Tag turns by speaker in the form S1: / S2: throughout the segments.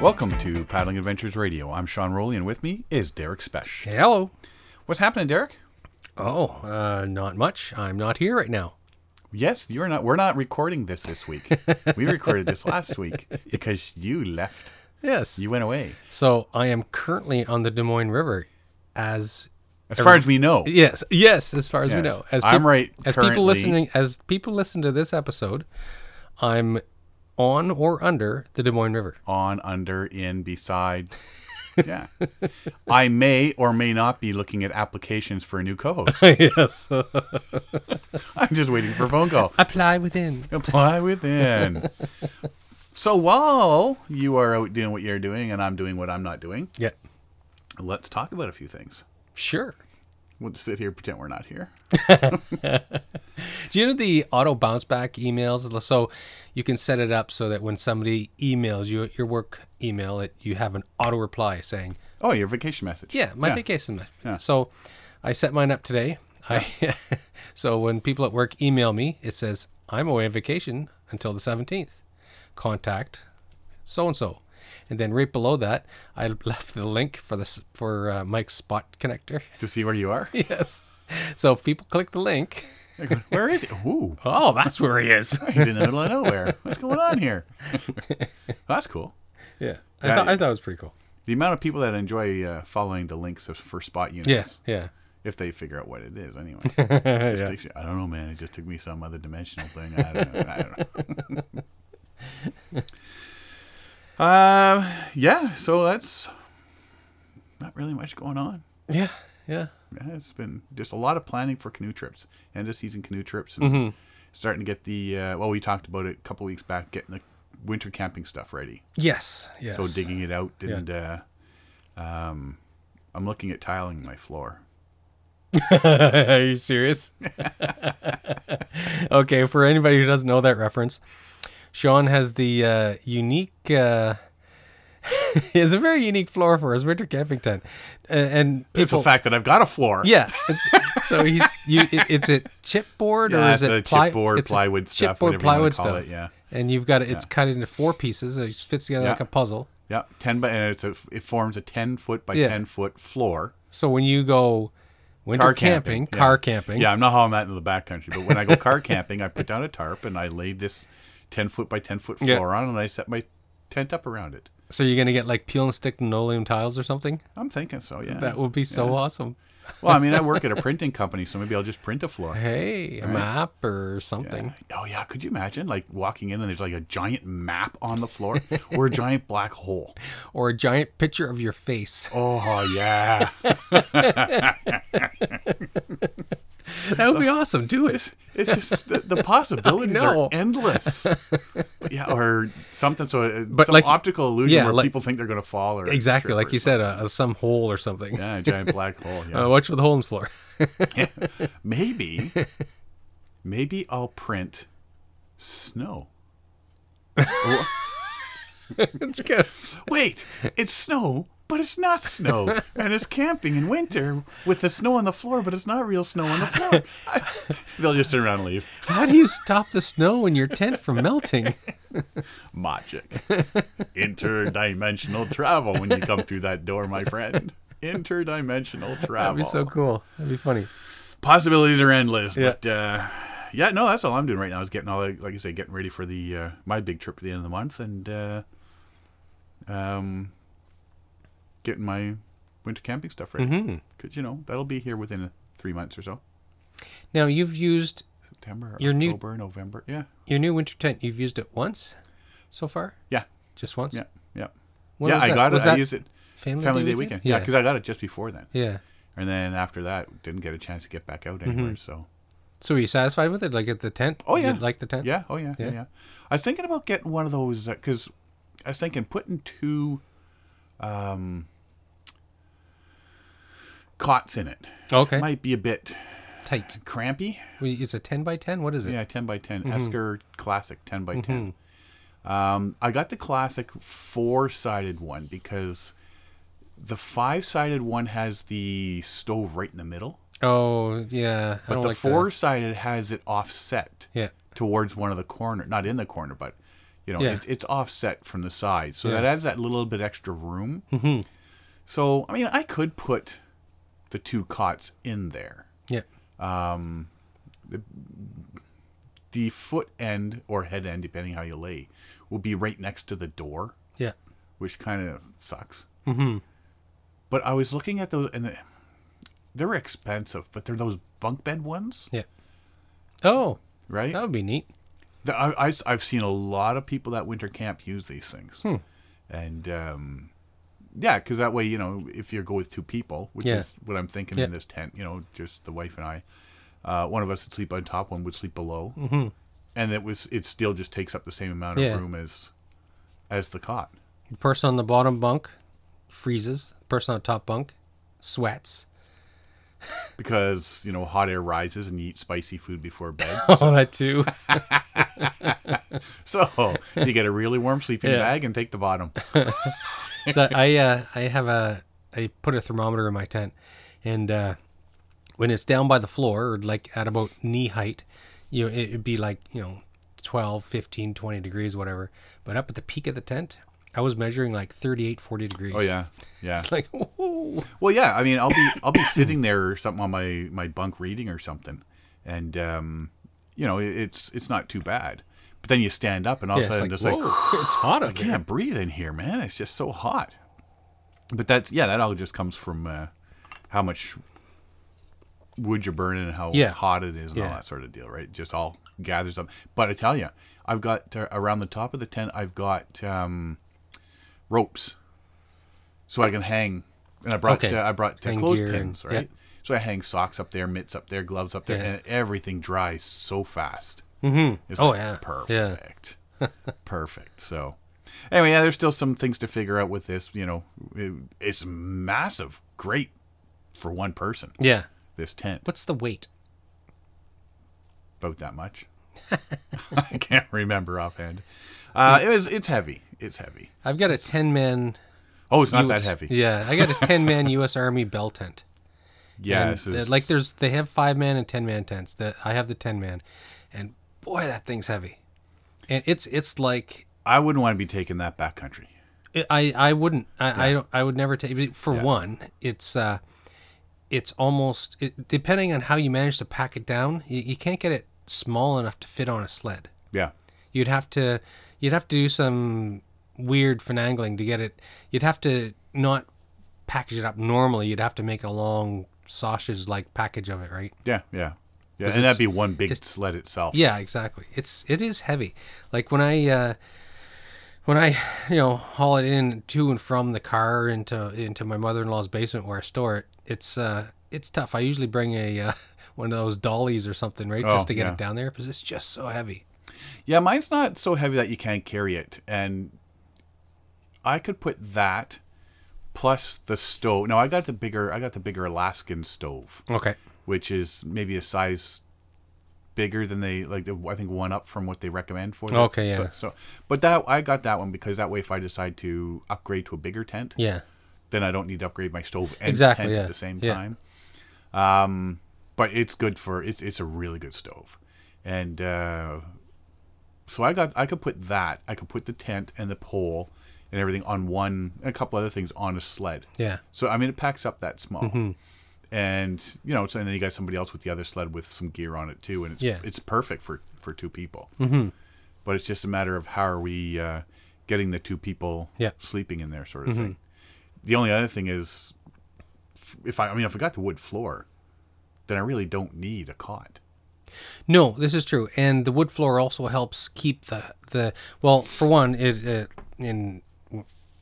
S1: Welcome to Paddling Adventures Radio. I'm Sean Rowley, and with me is Derek Spesh.
S2: Hello.
S1: What's happening, Derek?
S2: Oh, uh, not much. I'm not here right now.
S1: Yes, you're not. We're not recording this this week. we recorded this last week because you left.
S2: Yes.
S1: You went away.
S2: So I am currently on the Des Moines River, as
S1: As far as we know,
S2: yes, yes, as far as we
S1: Yes.
S2: know. As
S1: I'm right
S2: As
S1: currently-
S2: people listening, as people listen to this episode, I'm on or under the Des Moines River.
S1: on, under, in, beside. Yeah. I may or may not be looking at applications for a new co host.
S2: yes.
S1: I'm just waiting for a phone call.
S2: Apply within.
S1: Apply within. So while you are out doing what you're doing and I'm doing what I'm not doing,
S2: Yeah.
S1: let's talk about a few things.
S2: Sure.
S1: We'll just sit here and pretend we're not here.
S2: Do you know the auto bounce back emails? So you can set it up so that when somebody emails you at your work email, it you have an auto reply saying,
S1: Oh, your vacation message.
S2: Yeah, my vacation. map. So I set mine up today. I so when people at work email me, it says I'm away on vacation until the 17th. Contact so and so, and then right below that, I left the link for the s- for uh, Mike's spot connector.
S1: To see where you are.
S2: yes. So if people click the link,
S1: Where is he? Ooh,
S2: oh, that's where he is.
S1: he's in the middle of nowhere. What's going on here? That's cool.
S2: yeah, I,
S1: Yeah,
S2: thought,
S1: yeah.
S2: I thought it was pretty cool.
S1: The amount of people that enjoy uh, following the links of, for spot units,
S2: Yes. Yeah.
S1: if they figure out what it is, anyway. It just takes you- I don't know, man. It just took me some other dimensional thing. I don't know. I don't know. Um, yeah, so that's not really much going on.
S2: Yeah. Yeah.
S1: Yeah, it's been just a lot of planning for canoe trips, end of season canoe trips, and
S2: Mm-hmm.
S1: starting to get the uh, well. We talked about it a couple weeks back, getting the winter camping stuff ready.
S2: Yes. Yes.
S1: So digging it out, and uh, um, I'm looking at tiling my floor.
S2: Are you serious? okay, for anybody who doesn't know that reference, Sean has the uh, unique. Uh, he has a very unique floor for his winter camping tent, A- and people,
S1: It's the fact that I've got a floor.
S2: Yeah, it's, so he's you. It, it's a chipboard
S1: Yeah,
S2: or is
S1: it's
S2: it
S1: a
S2: ply-
S1: chipboard,
S2: it's a
S1: plywood stuff,
S2: Chipboard
S1: whatever you wanna
S2: plywood
S1: call
S2: stuff.
S1: it, yeah.
S2: and you've got it. It's cut into four pieces. so It fits together
S1: Yeah.
S2: like a puzzle.
S1: yeah, ten by and it's a it forms a ten foot by
S2: Yeah.
S1: ten foot floor.
S2: So when you go winter
S1: Car
S2: camping,
S1: camping, yeah.
S2: car camping,
S1: Yeah, I'm not hauling that into the backcountry, but when I go car camping, I put down a tarp and I laid this ten foot by ten foot
S2: Yeah.
S1: floor on, and I set my tent up around it.
S2: so you're gonna get like peel and stick linoleum tiles or something.
S1: I'm thinking so. Yeah,
S2: That would be so awesome.
S1: Well, I mean, I work at a printing company, so maybe I'll just print a floor.
S2: Hey, a map or something.
S1: Oh yeah, could you imagine like walking in and there's like a giant map on the floor or a giant black hole?
S2: Or a giant picture of your face.
S1: Oh yeah,
S2: That would be awesome. Do it.
S1: it's Oh, just the, the possibilities
S2: I know.
S1: are endless. But yeah, or something. So uh,
S2: But
S1: some
S2: like-
S1: optical illusion
S2: yeah,
S1: where
S2: like-
S1: people think they're gonna fall or
S2: Exactly.
S1: trip
S2: Like
S1: or
S2: you said, uh, some hole or something.
S1: something. Yeah, a giant black hole. Yeah.
S2: Uh, watch for the hole in the floor.
S1: maybe, maybe I'll print snow.
S2: it's good.
S1: Wait, it's snow, but it's not snow. And it's camping in winter with the snow on the floor, but it's not real snow on the floor. they'll just turn around and leave.
S2: How do you stop the snow in your tent from melting?
S1: Magic. Interdimensional travel when you come through that door, my friend. Interdimensional travel.
S2: That'd be so cool. That'd be funny.
S1: Possibilities are endless, but. Uh, yeah, no, that's all I'm doing right now is getting all, like I say, getting ready for the uh, my big trip at the end of the month and uh, um, getting my winter camping stuff ready.
S2: Mm-hmm.
S1: Because, you know, that'll be here within three months or so.
S2: Now you've used
S1: September,
S2: Your new-
S1: October, November. Yeah.
S2: your new winter tent. You've used it once, so far.
S1: Yeah.
S2: Just once.
S1: Yeah. Yeah.
S2: When
S1: yeah,
S2: was
S1: I
S2: that?
S1: got
S2: Was
S1: it. I
S2: that
S1: used it
S2: Family,
S1: Family Day weekend. Yeah, 'cause Yeah, because I got it just before then.
S2: yeah. yeah.
S1: And then after that, didn't get a chance to get back out
S2: Mm-hmm.
S1: anywhere. So,
S2: So were you satisfied with it? Like at the tent?
S1: Oh,
S2: You
S1: yeah.
S2: like the tent?
S1: yeah. Oh, yeah. Yeah.
S2: Yeah.
S1: Yeah. I was thinking about getting one of those because I was thinking putting two um, cots in it
S2: Okay.
S1: might be a bit
S2: Tight.
S1: crampy.
S2: Well, It's a ten by ten. What is it?
S1: Yeah, ten by 10
S2: Mm-hmm.
S1: Esker Classic ten by ten. Um, I got the classic four-sided one because the five-sided one has the stove right in the middle,
S2: Oh yeah, I
S1: but
S2: don't
S1: the
S2: like that.
S1: four-sided has it offset
S2: Yeah,
S1: towards one of the corner, not in the corner, but You know,
S2: Yeah.
S1: it, it's offset from the side, so
S2: Yeah. Mm-hmm.
S1: that adds that little bit extra room. So I mean, I could put the two cots in there.
S2: Yeah.
S1: The foot end or head end, depending how you lay, will be right next to the door.
S2: Yeah.
S1: which kind of sucks. Mm-hmm. But I was looking at those, and the, they're expensive, but they're those bunk bed ones,
S2: Yeah. Oh,
S1: right?
S2: that would be neat.
S1: The- I, have seen a lot of people that winter camp use these things,
S2: Hmm.
S1: and um, yeah, because that way, you know, if you go with two people, which
S2: Yeah.
S1: is what I'm thinking in
S2: Yeah.
S1: this tent, you know, just the wife and I, uh, one of us would sleep on top, one would sleep below, mm-hmm. and it was it still just takes up the same amount of
S2: Yeah.
S1: room as as the cot.
S2: The person on the bottom bunk freezes. The person on the top bunk sweats.
S1: because you know hot air rises and you eat spicy food before bed.
S2: Oh, that too.
S1: so you get a really warm sleeping
S2: Yeah.
S1: bag and take the bottom.
S2: so I uh, I have a I put a thermometer in my tent, and uh, when it's down by the floor or like at about knee height, you know it'd be like you know 12, 15, 20 degrees, whatever. But up at the peak of the tent, I was measuring like 38, 40 degrees.
S1: Oh yeah, yeah.
S2: It's like whoa.
S1: Well, yeah. I mean, I'll be I'll be sitting there or something on my my bunk reading or something, and um, you know it- it's it's not too bad. But then you stand up and all
S2: Yeah,
S1: of
S2: it's
S1: a
S2: like,
S1: sudden it's
S2: whoa,
S1: like
S2: it's hot
S1: I
S2: up here.
S1: can't breathe in here, man. It's just so hot. But that's yeah, that all just comes from uh, how much wood you're burning and how
S2: Yeah.
S1: hot it is and all
S2: Yeah.
S1: that sort of deal, right? It just all gathers up. But I tell you, I've got uh, around the top of the tent, I've got um, ropes, so I can hang. And I brought
S2: Okay.
S1: uh, I brought uh,
S2: Hang gear
S1: clothespins,
S2: and-
S1: right? So I hang socks up there, mitts up there, gloves up there,
S2: Yeah.
S1: and everything dries so fast. Mm-hmm. It's
S2: Oh,
S1: like,
S2: yeah. Yeah.
S1: perfect perfect. So, anyway, yeah, there's still some things to figure out with this. You know, it, it's massive, great for one person.
S2: Yeah.
S1: This tent
S2: What's the weight?
S1: about that much. I can't remember offhand. Uh, it was. It's heavy. It's heavy.
S2: I've got a ten man.
S1: Oh, it's not
S2: US
S1: that heavy. Yeah,
S2: Yeah, I got a ten man U.S. Army bell tent. And
S1: this
S2: the-
S1: is
S2: like there's they have five man and ten man tents. That I have the ten man, and boy, that thing's heavy. And it's it's like
S1: I wouldn't want to be taking that back country.
S2: I I wouldn't I I, don't, I would never take for one. It's uh, it's almost it, depending on how you manage to pack it down. You, you can't get it small enough to fit on a sled.
S1: Yeah.
S2: You'd have to you'd have to do some weird finagling to get it. You'd have to not package it up normally. You'd have to make a long sausage like package of it, right?
S1: Yeah. Yeah. Yeah,
S2: it's-
S1: and that'd be one big sled itself.
S2: Yeah, exactly. It's it is heavy. Like when I uh, when I you know haul it in to and from the car into into my mother in law's basement where I store it. It's uh it's tough. I usually bring a uh, one of those dollies or something, right,
S1: Oh,
S2: just to get
S1: yeah.
S2: it down there because it's just so heavy.
S1: Yeah, mine's not so heavy that you can't carry it, and I could put that plus the stove. No, I got the bigger. I got the bigger Alaskan stove,
S2: Okay.
S1: which is maybe a size bigger than they like. the- I think one up from what they recommend for. the-
S2: Okay,
S1: so-
S2: yeah.
S1: So, but that I got that one because that way, if I decide to upgrade to a bigger tent,
S2: Yeah.
S1: then I don't need to upgrade my stove and
S2: Exactly,
S1: tent
S2: yeah,
S1: at the same
S2: yeah.
S1: time. Um, but it's good for it's it's a really good stove, and uh, so I got I could put that I could put the tent and the pole and everything on one and a couple other things on a sled.
S2: Yeah.
S1: So I mean it packs up that small.
S2: Mm-hmm.
S1: And you know, so, and then you got somebody else with the other sled with some gear on it too, and it's
S2: Yeah.
S1: it's perfect for for two people. Mm-hmm. But it's just a matter of how are we uh, getting the two people
S2: Yeah. Mm-hmm.
S1: sleeping in there, sort of thing. The only other thing is, f- if I, I mean, if I got the wood floor, then I really don't need a cot.
S2: No, this is true, and the wood floor also helps keep the the well. For one, it, it in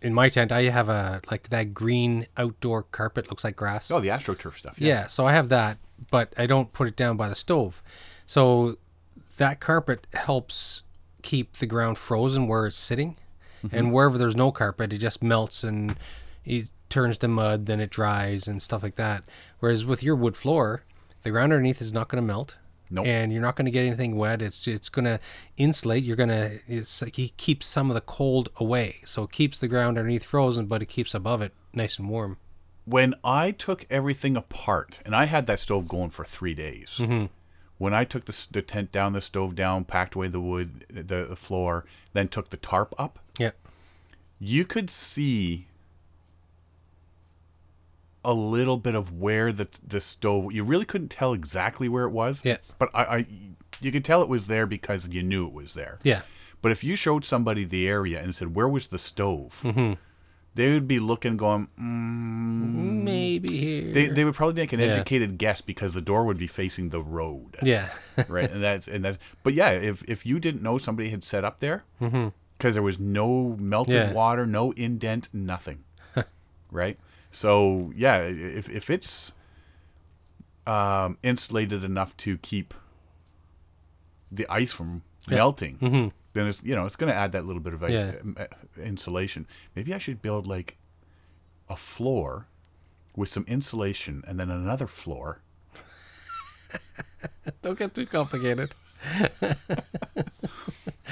S2: in my tent I have a like that green outdoor carpet looks like grass.
S1: Oh, the astroturf stuff.
S2: Yeah.
S1: Yeah,
S2: so I have that, but I don't put it down by the stove. So that carpet helps keep the ground frozen where it's sitting. And wherever there's no carpet, it just melts and it turns to mud, then it dries and stuff like that. Whereas with your wood floor, the ground underneath is not going to melt.
S1: Nope.
S2: And you're not going to get anything wet. It's it's going to insulate. You're going to it's like it keeps some of the cold away. So it keeps the ground underneath frozen, but it keeps above it nice and warm.
S1: When I took everything apart, and I had that stove going for three days, when I took the, the tent down, the stove down, packed away the wood, the, the floor, then took the tarp up,
S2: Yeah.
S1: you could see a little bit of where the the stove. You really couldn't tell exactly where it was.
S2: Yeah.
S1: But I, I you could tell it was there because you knew it was there.
S2: Yeah.
S1: But if you showed somebody the area and said, "Where was the stove?" they would be looking, going, mm.
S2: Maybe here.
S1: they they would probably make an
S2: Yeah.
S1: educated guess because the door would be facing the road,
S2: yeah.
S1: right? And that's and that's. But yeah, if if you didn't know somebody had set up there, because there was no melted
S2: Mm-hmm. Yeah.
S1: water, no indent, nothing, right? So yeah, if if it's um, insulated enough to keep the ice from melting, then it's you know it's going to add that little bit of ice
S2: Mm-hmm. Yeah.
S1: um, uh, insulation. Maybe I should build like a floor with some insulation and then another floor.
S2: Don't get too complicated.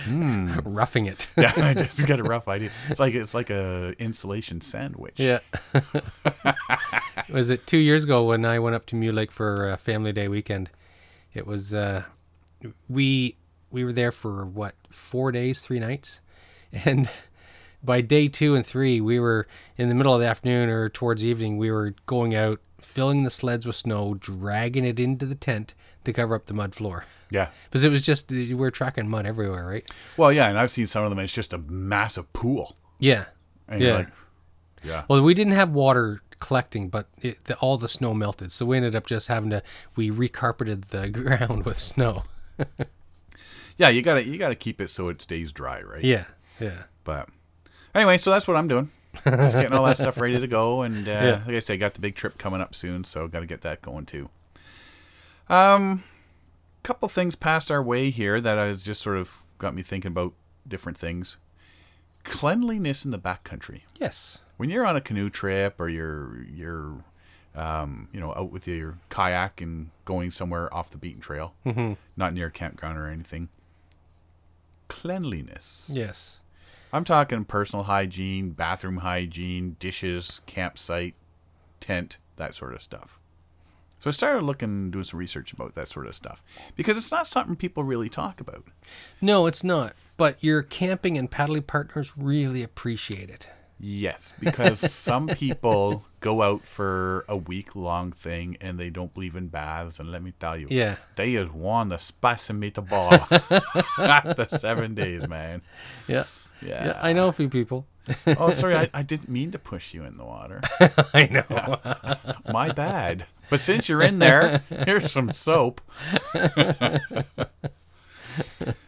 S2: Hmm. Roughing it.
S1: Yeah, I just got a rough idea. It's like it's like a insulation sandwich.
S2: Yeah. was it two years ago when I went up to Mule Lake for a family day weekend? It was uh, we we were there for what four days, three nights, and by day two and three, we were in the middle of the afternoon or towards evening. We were going out, filling the sleds with snow, dragging it into the tent to cover up the mud floor
S1: Yeah.
S2: because it was just we were tracking mud everywhere, right?
S1: Well, yeah, and I've seen some of them. and It's just a massive pool,
S2: Yeah.
S1: and you're
S2: Yeah.
S1: like, yeah,
S2: Well, we didn't have water collecting, but it, the, all the snow melted, so we ended up just having to we recarpeted the ground with snow.
S1: yeah. You gotta you gotta keep it so it stays dry, right?
S2: Yeah, yeah,
S1: But anyway, so that's what I'm doing. Just getting all that stuff ready to go, and uh, like I said, got the big trip coming up soon, so got to get that going too. Um, couple things passed our way here that has just sort of got me thinking about different things. Cleanliness in the backcountry.
S2: yes,
S1: When you're on a canoe trip or you're you're um, you know out with your kayak and going somewhere off the beaten trail, not near a campground or anything. Cleanliness.
S2: yes,
S1: I'm talking personal hygiene, bathroom hygiene, dishes, campsite, tent, that sort of stuff. So I started looking, doing some research about that sort of stuff because it's not something people really talk about.
S2: no, it's not. But your camping and paddling partners really appreciate it.
S1: Yes, because some people go out for a week long thing and they don't believe in baths. And let me tell you,
S2: Yeah,
S1: they just won the spicy meatball after seven days, man.
S2: yeah,
S1: Yeah.
S2: yeah. I know a few people.
S1: Oh, sorry, I, I didn't mean to push you in the water.
S2: I know.
S1: My bad. But since you're in there, here's some soap.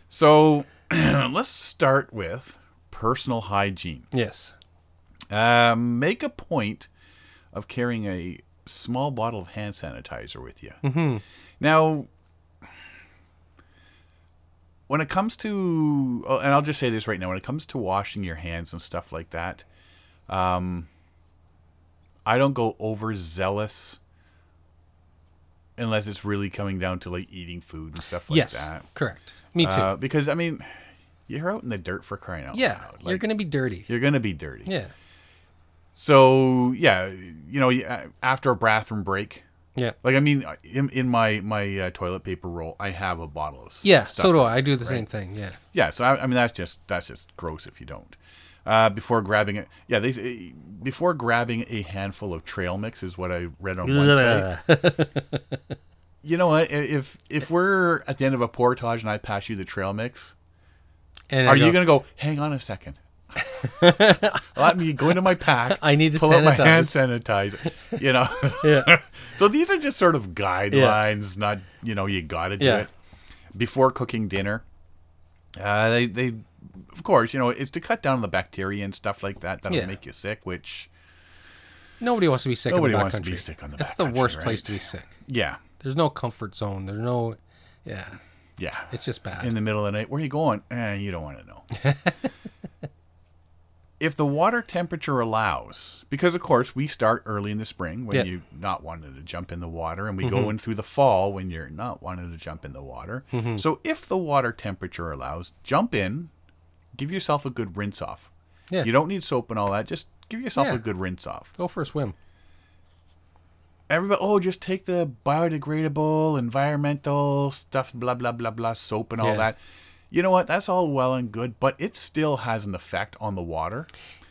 S1: so let's start with personal hygiene.
S2: Yes.
S1: Um, make a point of carrying a small bottle of hand sanitizer with you.
S2: Mm-hmm.
S1: Now, when it comes to, oh, and I'll just say this right now, when it comes to washing your hands and stuff like that, um, I don't go overzealous unless it's really coming down to like eating food and stuff like
S2: yes.
S1: that.
S2: Correct. Me too.
S1: Uh, because I mean, you're out in the dirt for crying out
S2: yeah,
S1: loud.
S2: you're
S1: Like,
S2: gonna be dirty.
S1: you're gonna be dirty.
S2: Yeah.
S1: So yeah, you know, y- after a bathroom break,
S2: Yeah.
S1: like I mean, in, in my my uh, toilet paper roll, I have a bottle of s-
S2: Yeah.
S1: stuff
S2: So do
S1: in it,
S2: I. I do the
S1: right?
S2: same thing. Yeah.
S1: Yeah, so I, I mean that's just that's just gross if you don't. Uh, before grabbing it, yeah, they say- before grabbing a handful of trail mix is what I read on one site. You know what? i- If if we're at the end of a portage and I pass you the trail mix,
S2: and I
S1: are you
S2: go,
S1: gonna go? Hang on a second. Let me go into my pack.
S2: I need to
S1: pull out my hand
S2: sanitize."
S1: sanitizer. You know.
S2: Yeah.
S1: So these are just sort of guidelines, not you know you got to do
S2: Yeah.
S1: it before cooking dinner. Uh, they they of course you know it's to cut down on the bacteria and stuff like that that'll
S2: Yeah.
S1: make you sick. Which
S2: Nobody wants to be sick.
S1: Nobody
S2: in the
S1: wants to be
S2: backcountry.
S1: sick on the
S2: That's the
S1: backcountry,
S2: worst
S1: right?
S2: place to be sick.
S1: yeah
S2: There's no comfort zone. There's no, yeah,
S1: yeah
S2: it's just bad.
S1: in the middle of the night where are you going? Eh, you don't want to know. if the water temperature allows, because of course we start early in the spring when
S2: Yeah. Mm-hmm.
S1: you're not wanting to jump in the water, and we go in through the fall when you're not wanting to jump in the water.
S2: Mm-hmm.
S1: So if the water temperature allows, jump in, give yourself a good rinse off.
S2: Yeah.
S1: You don't need soap and all that. Just give yourself
S2: Yeah.
S1: a good rinse off.
S2: Go for a swim.
S1: everybody, oh, just take the biodegradable, environmental stuff, blah, blah, blah, blah, soap and all
S2: Yeah.
S1: that. You know what? That's all well and good, but it still has an effect on the water.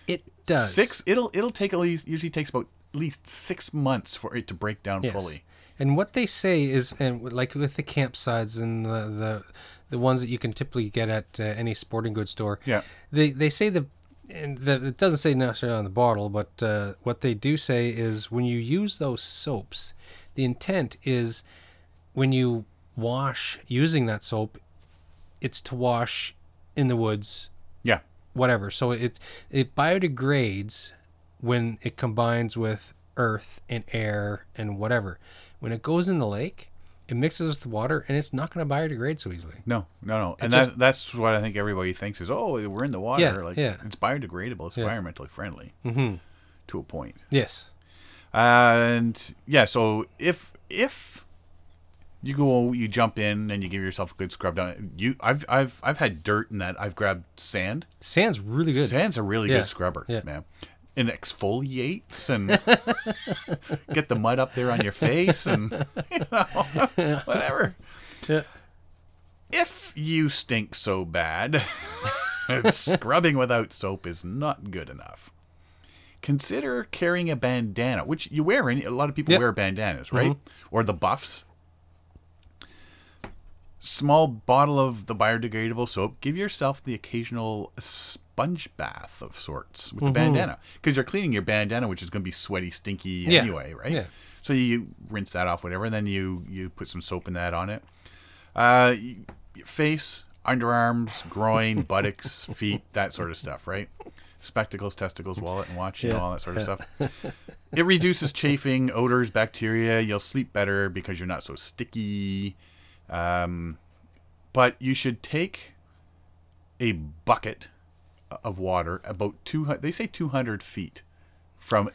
S2: It does.
S1: Six, it'll it'll take at least usually takes about at least six months for it to break down
S2: Yes.
S1: fully.
S2: And what they say is, and with- like with the campsites and the the, the ones that you can typically get at uh, any sporting goods store,
S1: Yeah.
S2: they they say the and the, it doesn't say necessarily on the bottle, but uh, what they do say is when you use those soaps, the intent is when you wash using that soap, it's to wash in the woods
S1: Yeah,
S2: whatever. So it it biodegrades when it combines with earth and air and whatever. When it goes in the lake, it mixes with water and it's not going to biodegrade so easily.
S1: no, no, no, and
S2: just-
S1: that, that's what I think everybody thinks is oh we're in the water
S2: Yeah,
S1: like
S2: yeah.
S1: it's biodegradable, it's environmentally friendly
S2: Mm-hmm.
S1: to a point.
S2: Yes.
S1: And yeah, so if if you go, you jump in and you give yourself a good scrub down. You, I've, I've, I've had dirt in that. I've grabbed sand.
S2: Sand's really good.
S1: Sand's a really
S2: Yeah,
S1: good scrubber,
S2: yeah.
S1: man. And exfoliates and get the mud up there on your face and you know, whatever.
S2: Yeah.
S1: If you stink so bad, scrubbing without soap is not good enough. Consider carrying a bandana, which you wear. Any, a lot of people
S2: Yep.
S1: wear bandanas, right?
S2: Mm-hmm.
S1: Or the buffs. Small bottle of the biodegradable soap. Give yourself the occasional sponge bath of sorts with the
S2: Mm-hmm.
S1: bandana, because you're cleaning your bandana, which is going to be sweaty, stinky
S2: Yeah.
S1: anyway, right?
S2: Yeah.
S1: So you rinse that off, whatever, and then you you put some soap in that on it. Uh, y- your face, underarms, groin, buttocks, feet, that sort of stuff, right? Spectacles, testicles, wallet, and watch, you know, all that sort of stuff. It reduces chafing, odors, bacteria. You'll sleep better because you're not so sticky. Um, but you should take a bucket of water about 200 they say 200 feet from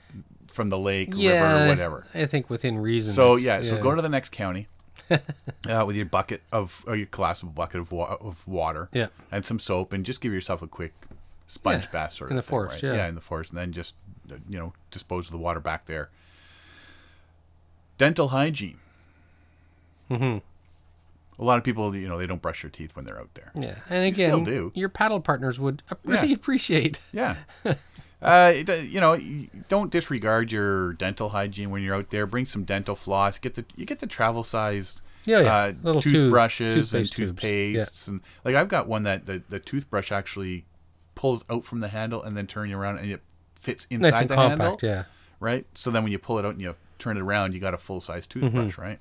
S1: from the lake river whatever
S2: I think within reason.
S1: so
S2: it's-
S1: yeah, so go to the next county uh, with your bucket of or your collapsible bucket of, wa- of water,
S2: Yeah.
S1: and some soap, and just give yourself a quick sponge
S2: Yeah,
S1: bath sort
S2: in
S1: of
S2: the
S1: thing,
S2: forest,
S1: right?
S2: yeah.
S1: in the forest, and then just uh, you know dispose of the water back there. Dental hygiene. Mm-hmm. A lot of people, you know, they don't brush their teeth when they're out there.
S2: Yeah, and
S1: You still
S2: again,
S1: do.
S2: your paddle partners would ap- really appreciate.
S1: Yeah. Uh, it, uh, you know, y- don't disregard your dental hygiene when you're out there. Bring some dental floss. Get the you get the travel sized
S2: Yeah, yeah.
S1: uh,
S2: Little tooth-
S1: toothbrushes and
S2: toothpaste tubes.
S1: toothpastes and like I've got one that the, the toothbrush actually pulls out from the handle and then turn you around and it fits inside
S2: Nice and
S1: the
S2: compact.
S1: handle
S2: Yeah.
S1: right? So then when you pull it out and you turn it around, you got a full size
S2: Mm-hmm.
S1: toothbrush, right?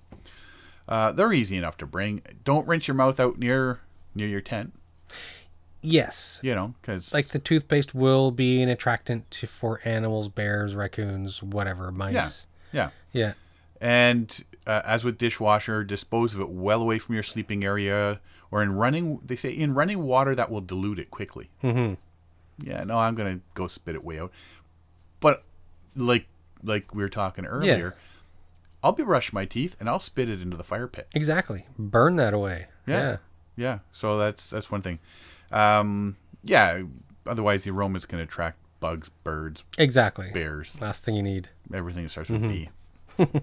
S1: Uh, they're easy enough to bring. Don't rinse your mouth out near near your tent,
S2: Yes.
S1: you know, because
S2: Like the toothpaste will be an attractant to, for animals, bears, raccoons, whatever,
S1: yeah,
S2: mice.
S1: yeah.
S2: yeah.
S1: And uh, as with dishwasher, dispose of it well away from your sleeping area or in running. They say in running water that will dilute it quickly. Mm-hmm. Yeah, no, I'm gonna go spit it way out. But like like we were talking earlier, I'll be brushing my teeth and I'll spit it into the fire pit.
S2: Exactly. Burn that away.
S1: Yeah. Yeah. So that's that's one thing. Um, yeah. Otherwise, the aromas can attract bugs, birds,
S2: Exactly.
S1: bears,
S2: Last thing you need.
S1: everything that starts with B.
S2: Mm-hmm.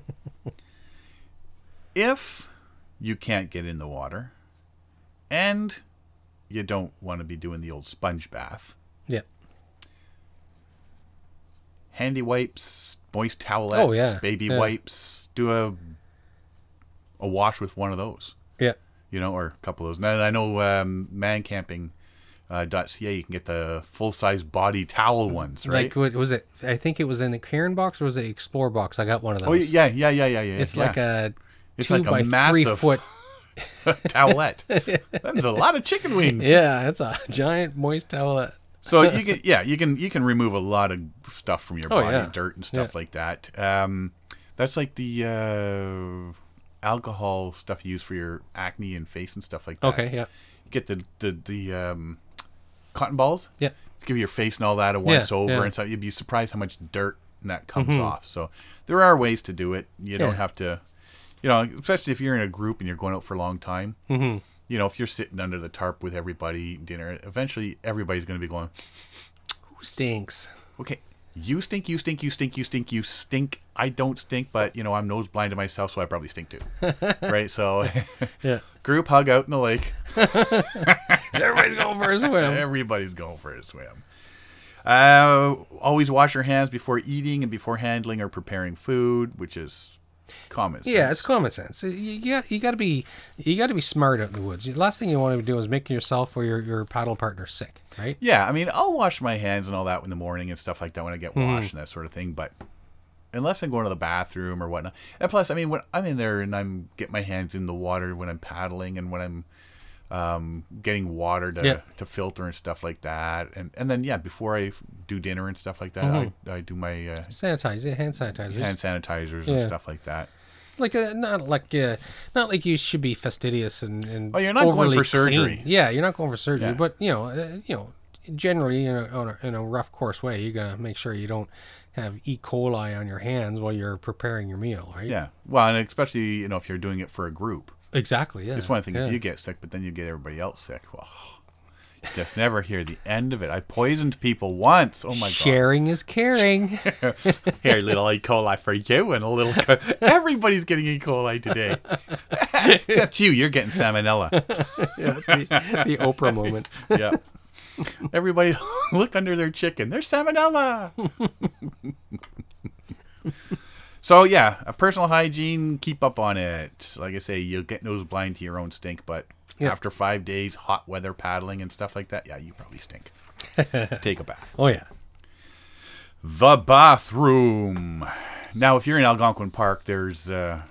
S1: if you can't get in the water and you don't want to be doing the old sponge bath,
S2: Yeah.
S1: handy wipes, moist towelettes,
S2: Oh, yeah,
S1: baby
S2: yeah.
S1: wipes, do a a wash with one of those.
S2: Yeah.
S1: you know, or a couple of those. And I know um, uh, mancamping.ca, you can get the full size body towel ones, right?
S2: Mm. Like what was it? I think it was in the Karen box or was it Explore box? I got one of those.
S1: oh, yeah, yeah, yeah, yeah, yeah.
S2: It's
S1: yeah.
S2: like a
S1: It's
S2: two
S1: like a
S2: by three
S1: massive-
S2: foot.
S1: towelette. That's a lot of chicken wings.
S2: Yeah, it's a giant moist towelette.
S1: So you can, yeah, you can, you can remove a lot of stuff from your
S2: Oh,
S1: body,
S2: yeah.
S1: dirt and stuff like that. Um, that's like the uh, alcohol stuff you use for your acne and face and stuff like that.
S2: Okay, yeah.
S1: get the the the um, cotton balls.
S2: Yeah.
S1: give your face and all that a once over
S2: yeah. Mm-hmm.
S1: and so you'd be surprised how much dirt that comes off so there are ways to do it you don't
S2: Yeah.
S1: have to you know especially if you're in a group and you're going out for a long time mm-hmm. you know if you're sitting under the tarp with everybody dinner eventually everybody's going to be going
S2: Stinks.
S1: okay You stink, you stink, you stink, you stink, you stink. I don't stink, but you know, I'm nose blind to myself, so I probably stink too. right? So
S2: Yeah.
S1: group hug out in the lake.
S2: Everybody's going for a swim.
S1: Everybody's going for a swim. Uh, always wash your hands before eating and before handling or preparing food, which is common.
S2: Yeah,
S1: sense.
S2: it's common sense. You, you got you got to be you got to be smart out in the woods. The last thing you want to do is making yourself or your, your paddle partner sick, right?
S1: yeah. I mean, I'll wash my hands and all that in the morning and stuff like that when I get
S2: Hmm.
S1: washed and that sort of thing. But unless I'm going to the bathroom or whatnot, and plus, I mean, when I'm in there and I'm get my hands in the water when I'm paddling and when I'm um, getting water to,
S2: Yeah.
S1: to filter and stuff like that, and and then yeah, before I f- do dinner and stuff like that,
S2: Mm-hmm.
S1: I, I do my uh,
S2: Sanitize, yeah, hand sanitizers.
S1: hand sanitizers
S2: Yeah.
S1: and stuff like that.
S2: Like uh not like uh not like you should be fastidious and and.
S1: Oh, you're not going
S2: overly
S1: for surgery.
S2: clean. Yeah, you're not going for surgery,
S1: Yeah.
S2: but you know, uh, you know, generally in a, on a, in a rough course way, you gotta make sure you don't have E. coli on your hands while you're preparing your meal, right?
S1: Yeah. Well, and especially you know if you're doing it for a group,
S2: Exactly. Yeah.
S1: it's one thing
S2: yeah.
S1: if you get sick, but then you get everybody else sick. Well, you just never hear the end of it. I poisoned people once. Oh my
S2: Sharing is caring.
S1: god! Here, little E. coli for you, and a little. Co- Everybody's getting E. coli today, except you. You're getting salmonella.
S2: the, the Oprah moment.
S1: Yeah. Everybody, look under their chicken. There's salmonella. so yeah, uh, personal hygiene. Keep up on it. Like I say, you'll get nose blind to your own stink, but
S2: Yeah.
S1: after five days, hot weather paddling and stuff like that, yeah, you probably stink. Take a bath.
S2: Oh yeah.
S1: The bathroom. Now, if you're in Algonquin Park, there's uh,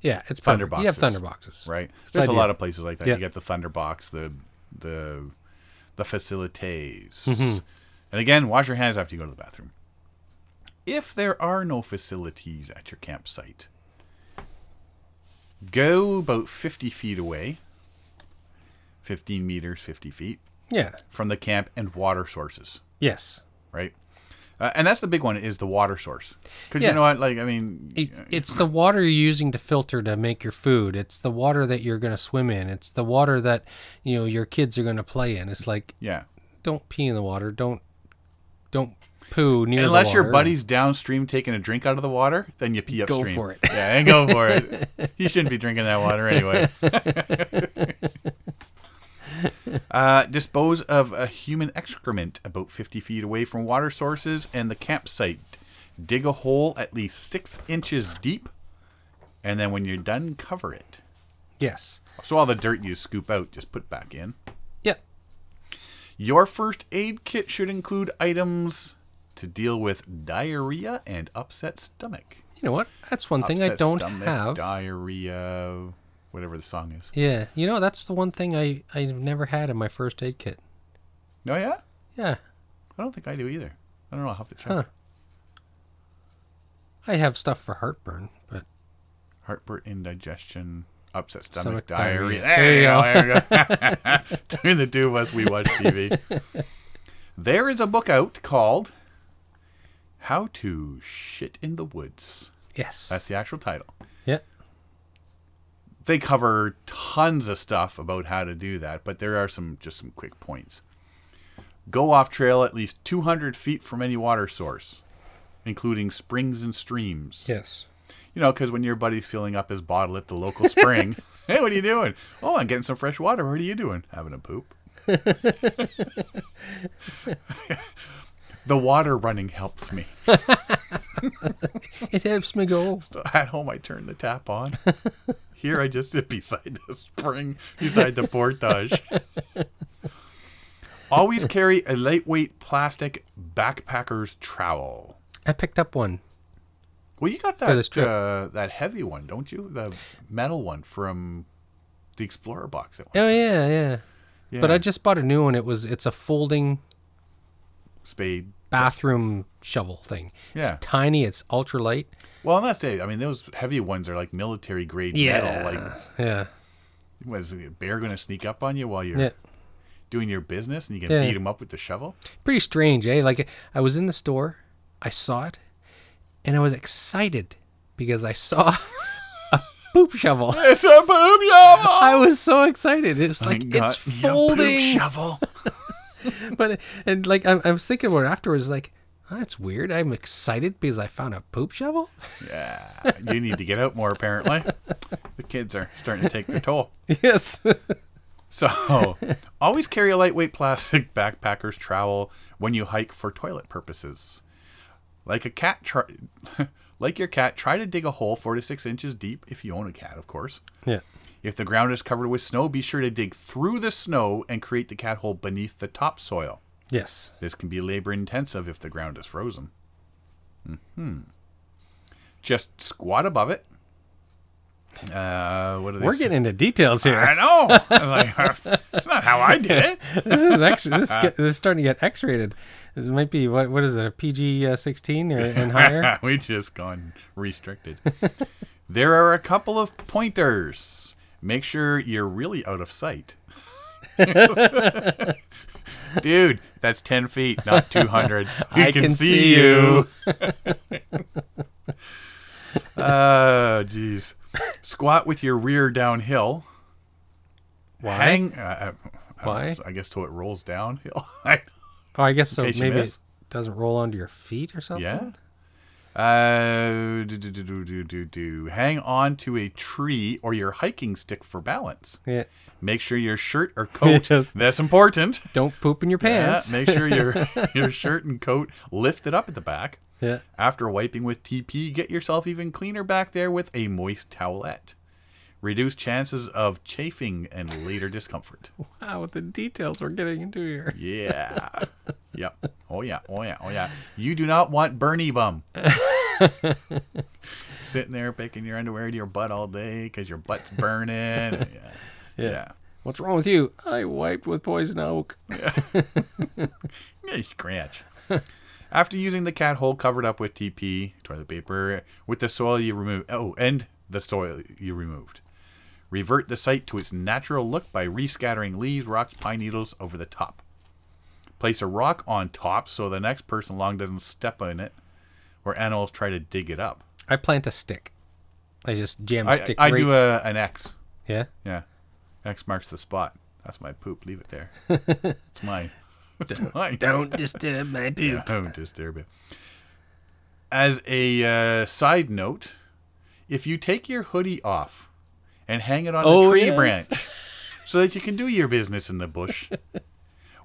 S2: Yeah, it's
S1: Thunder
S2: perfect. You have
S1: boxes.
S2: thunder boxes.
S1: right. There's
S2: ideal.
S1: a lot of places like that.
S2: Yeah.
S1: You get the Thunderbox, the the the facilities,
S2: Mm-hmm.
S1: and again, wash your hands after you go to the bathroom. If there are no facilities at your campsite, go about fifty feet away, fifteen meters, fifty feet
S2: Yeah.
S1: from the camp and water sources.
S2: Yes.
S1: Right. Uh, and that's the big one is the water source because
S2: Yeah.
S1: you know what like i mean
S2: It, it's the water you're using to filter to make your food. It's the water that you're going to swim in. It's the water that, you know, your kids are going to play in. It's like
S1: yeah
S2: don't pee in the water. Don't don't poo near the
S1: Unless
S2: water.
S1: your buddy's downstream taking a drink out of the water, then you pee
S2: Go
S1: upstream.
S2: for it.
S1: Yeah, and go for it. He shouldn't be drinking that water anyway. uh, dispose of a human excrement about 50 feet away from water sources and the campsite. Dig a hole at least six inches deep, and then when you're done, cover it.
S2: Yes.
S1: So all the dirt you scoop out, just put back in.
S2: Yeah.
S1: Your first aid kit should include items to deal with diarrhea and upset stomach.
S2: You know what? That's one thing I
S1: Upset
S2: don't
S1: stomach,
S2: have.
S1: diarrhea, whatever the song is.
S2: yeah. You know, that's the one thing I I've never had in my first aid kit.
S1: Oh yeah,
S2: Yeah.
S1: I don't think I do either. I don't know. I'll have to check.
S2: Huh. I have stuff for heartburn, but
S1: Heartburn, indigestion, upset stomach,
S2: Stomach,
S1: diarrhea.
S2: diarrhea.
S1: There you go. There you go. Between the two of us, we watch TV. there is a book out called "How to Shit in the Woods."
S2: yes.
S1: That's the actual title.
S2: yeah.
S1: they cover tons of stuff about how to do that, but there are some just some quick points. Go off trail at least 200 feet from any water source, including springs and streams.
S2: Yes.
S1: You know, because when your buddy's filling up his bottle at the local spring, hey, what are you doing? Oh, I'm getting some fresh water. What are you doing? Having a poop. the water running helps me.
S2: It helps me go.
S1: So at home, I turn the tap on. Here, I just sit beside the spring, beside the portage. Always carry a lightweight plastic backpacker's trowel.
S2: I picked up one.
S1: Well, you got
S2: this
S1: that
S2: trip.
S1: uh, that heavy one, don't you? The metal one from the Explorer box. That one.
S2: Oh yeah, yeah, But
S1: Yeah.
S2: I just bought a new one. It was it's a folding
S1: Spade.
S2: bathroom shovel thing.
S1: Yeah.
S2: It's tiny. It's ultralight.
S1: Well, and that's it. I mean, those heavy ones are like military grade metal. Like,
S2: yeah,
S1: was a bear going to sneak up on you while you're
S2: yeah.
S1: doing your business, and you can
S2: Yeah.
S1: beat 'em beat him up with the shovel?
S2: Pretty strange, eh? Like I was in the store, I saw it, and I was excited because I saw a poop shovel.
S1: It's a boom shovel.
S2: I was so excited. It was like it's
S1: your poop
S2: folding,
S1: shovel.
S2: but and like I, I was thinking about it afterwards, like. That's weird. I'm excited because I found a poop shovel.
S1: Yeah, you need to get out more. Apparently, the kids are starting to take their toll.
S2: Yes.
S1: So, always carry a lightweight plastic backpacker's trowel when you hike for toilet purposes. Like a cat, try, like your cat, try to dig a hole four to six inches deep if you own a cat, of course.
S2: yeah.
S1: If the ground is covered with snow, be sure to dig through the snow and create the cat hole beneath the topsoil.
S2: Yes.
S1: This can be labor intensive if the ground is frozen. Hmm. Just squat above it. Uh, what are they
S2: We're
S1: say?
S2: getting into details here.
S1: I know. I was like, that's not how I did it.
S2: this is actually this, is get, this is starting to get X-rated. This might be what what is it? A PG uh, 16 or and higher?
S1: we just gone restricted. there are a couple of pointers. Make sure you're really out of sight. Dude, that's 10 feet, not 200. We
S2: I can see you.
S1: oh, jeez. Squat with your rear downhill.
S2: Why?
S1: Hang. Uh, uh, I
S2: Why?
S1: guess- I guess till it rolls downhill. I-
S2: Oh, I guess so.
S1: case you
S2: Maybe
S1: miss.
S2: it doesn't roll onto your feet or something.
S1: Yeah. Uh, do, do, do, do, do, do, do. Hang on to a tree or your hiking stick for balance.
S2: Yeah.
S1: Make sure your shirt or coat.
S2: Yes.
S1: That's important.
S2: Don't poop in your
S1: Yeah,
S2: pants.
S1: make sure your your shirt and coat lifted up at the back.
S2: Yeah.
S1: After wiping with TP, get yourself even cleaner back there with a moist towelette. Reduce chances of chafing and later discomfort.
S2: Wow, what the details we're getting into here.
S1: Yeah. yep. Oh yeah. Oh yeah. Oh yeah. You do not want Bernie bum. Sitting there picking your underwear to your butt all day because your butt's burning. Yeah. yeah.
S2: What's wrong with you? I wiped with poison oak.
S1: Yeah, you scratch. After using the cat hole covered up with TP, toilet paper, with the soil you remove oh, and the soil you removed. Revert the site to its natural look by rescattering leaves, rocks, pine needles over the top. Place a rock on top so the next person along doesn't step on it or animals try to dig it up.
S2: I plant a stick. I just jam a
S1: I,
S2: stick.
S1: I
S2: right-
S1: do a, an X.
S2: yeah.
S1: Yeah. X marks the spot. That's my poop. Leave it there. It's mine. It's mine.
S2: Don't disturb my poop.
S1: Don't disturb it. As a uh, side note, if you take your hoodie off and hang it on a
S2: Oh,
S1: tree
S2: yes.
S1: branch so that you can do your business in the bush,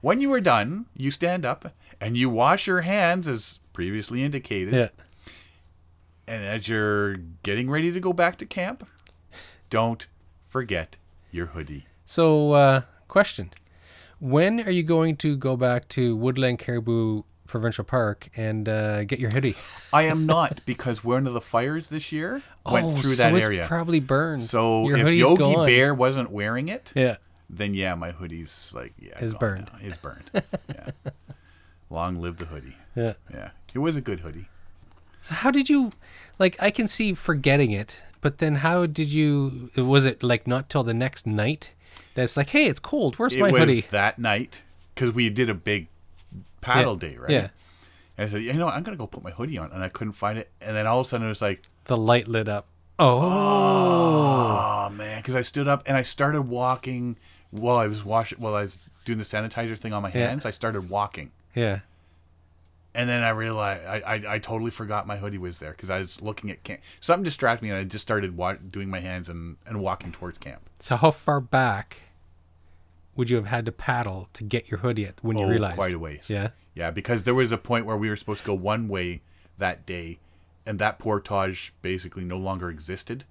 S1: when you are done, you stand up and you wash your hands as previously indicated.
S2: Yeah.
S1: And as you're getting ready to go back to camp, don't forget your hoodie.
S2: So, uh, question: When are you going to go back to Woodland Caribou Provincial Park and uh, get your hoodie?
S1: I am not because one of the fires this year went
S2: oh,
S1: through
S2: so
S1: that
S2: it's
S1: area.
S2: Probably burned.
S1: so
S2: your
S1: if
S2: hoodie's
S1: Yogi
S2: gone.
S1: Bear wasn't wearing it,
S2: yeah,
S1: then yeah, my hoodie's like yeah,
S2: Is
S1: gone
S2: burned.
S1: now. Is burned. yeah. Long live the hoodie.
S2: yeah.
S1: Yeah, it was a good hoodie.
S2: So how did you, like, I can see forgetting it, but then how did you? Was it like not till the next night that it's like, hey, it's cold. Where's
S1: It
S2: my
S1: was
S2: hoodie?
S1: that night because we did a big paddle day, right?
S2: Yeah,
S1: And I said, you know, what, I'm gonna go put my hoodie on, and I couldn't find it. And then all of a sudden, it was like,
S2: the light lit up. Oh,
S1: oh man, because I stood up and I started walking while I was washing, while I was doing the sanitizer thing on my hands. I started walking.
S2: yeah.
S1: And then I realized I, I, I totally forgot my hoodie was there because I was looking at camp. Something distracted me, and I just started wa- doing my hands and, and walking towards camp.
S2: So how far back would you have had to paddle to get your hoodie at when you
S1: Oh,
S2: realized?
S1: quite a ways.
S2: Yeah.
S1: yeah, because there was a point where we were supposed to go one way that day, and that portage basically no longer existed.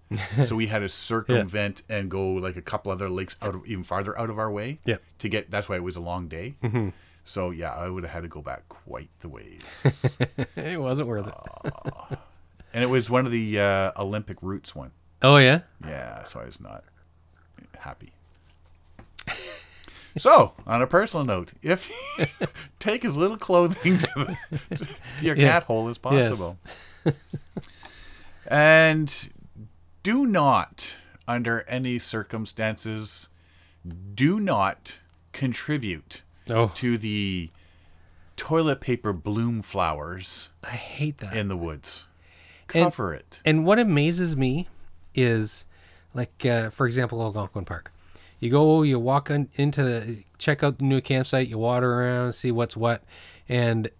S1: so we had to circumvent and go like a couple other lakes out of, even farther out of our way.
S2: Yep.
S1: to get that's why it was a long day. Mm-hmm. So yeah, I would have had to go back quite the ways,
S2: It wasn't worth it.
S1: and it was one of the uh, Olympic routes one.
S2: Oh yeah.
S1: Yeah, so I was not happy. so, on a personal note, if take as little clothing to, the, to your
S2: Yeah.
S1: cat hole as possible, and do not, under any circumstances, do not contribute
S2: Oh,
S1: to the toilet paper bloom flowers
S2: I hate that.
S1: in the woods.
S2: And-
S1: Cover it.
S2: And what amazes me is, like, uh, for example, Algonquin Park. You go, you walk on, into the, check out the new campsite, you water around, see what's what, and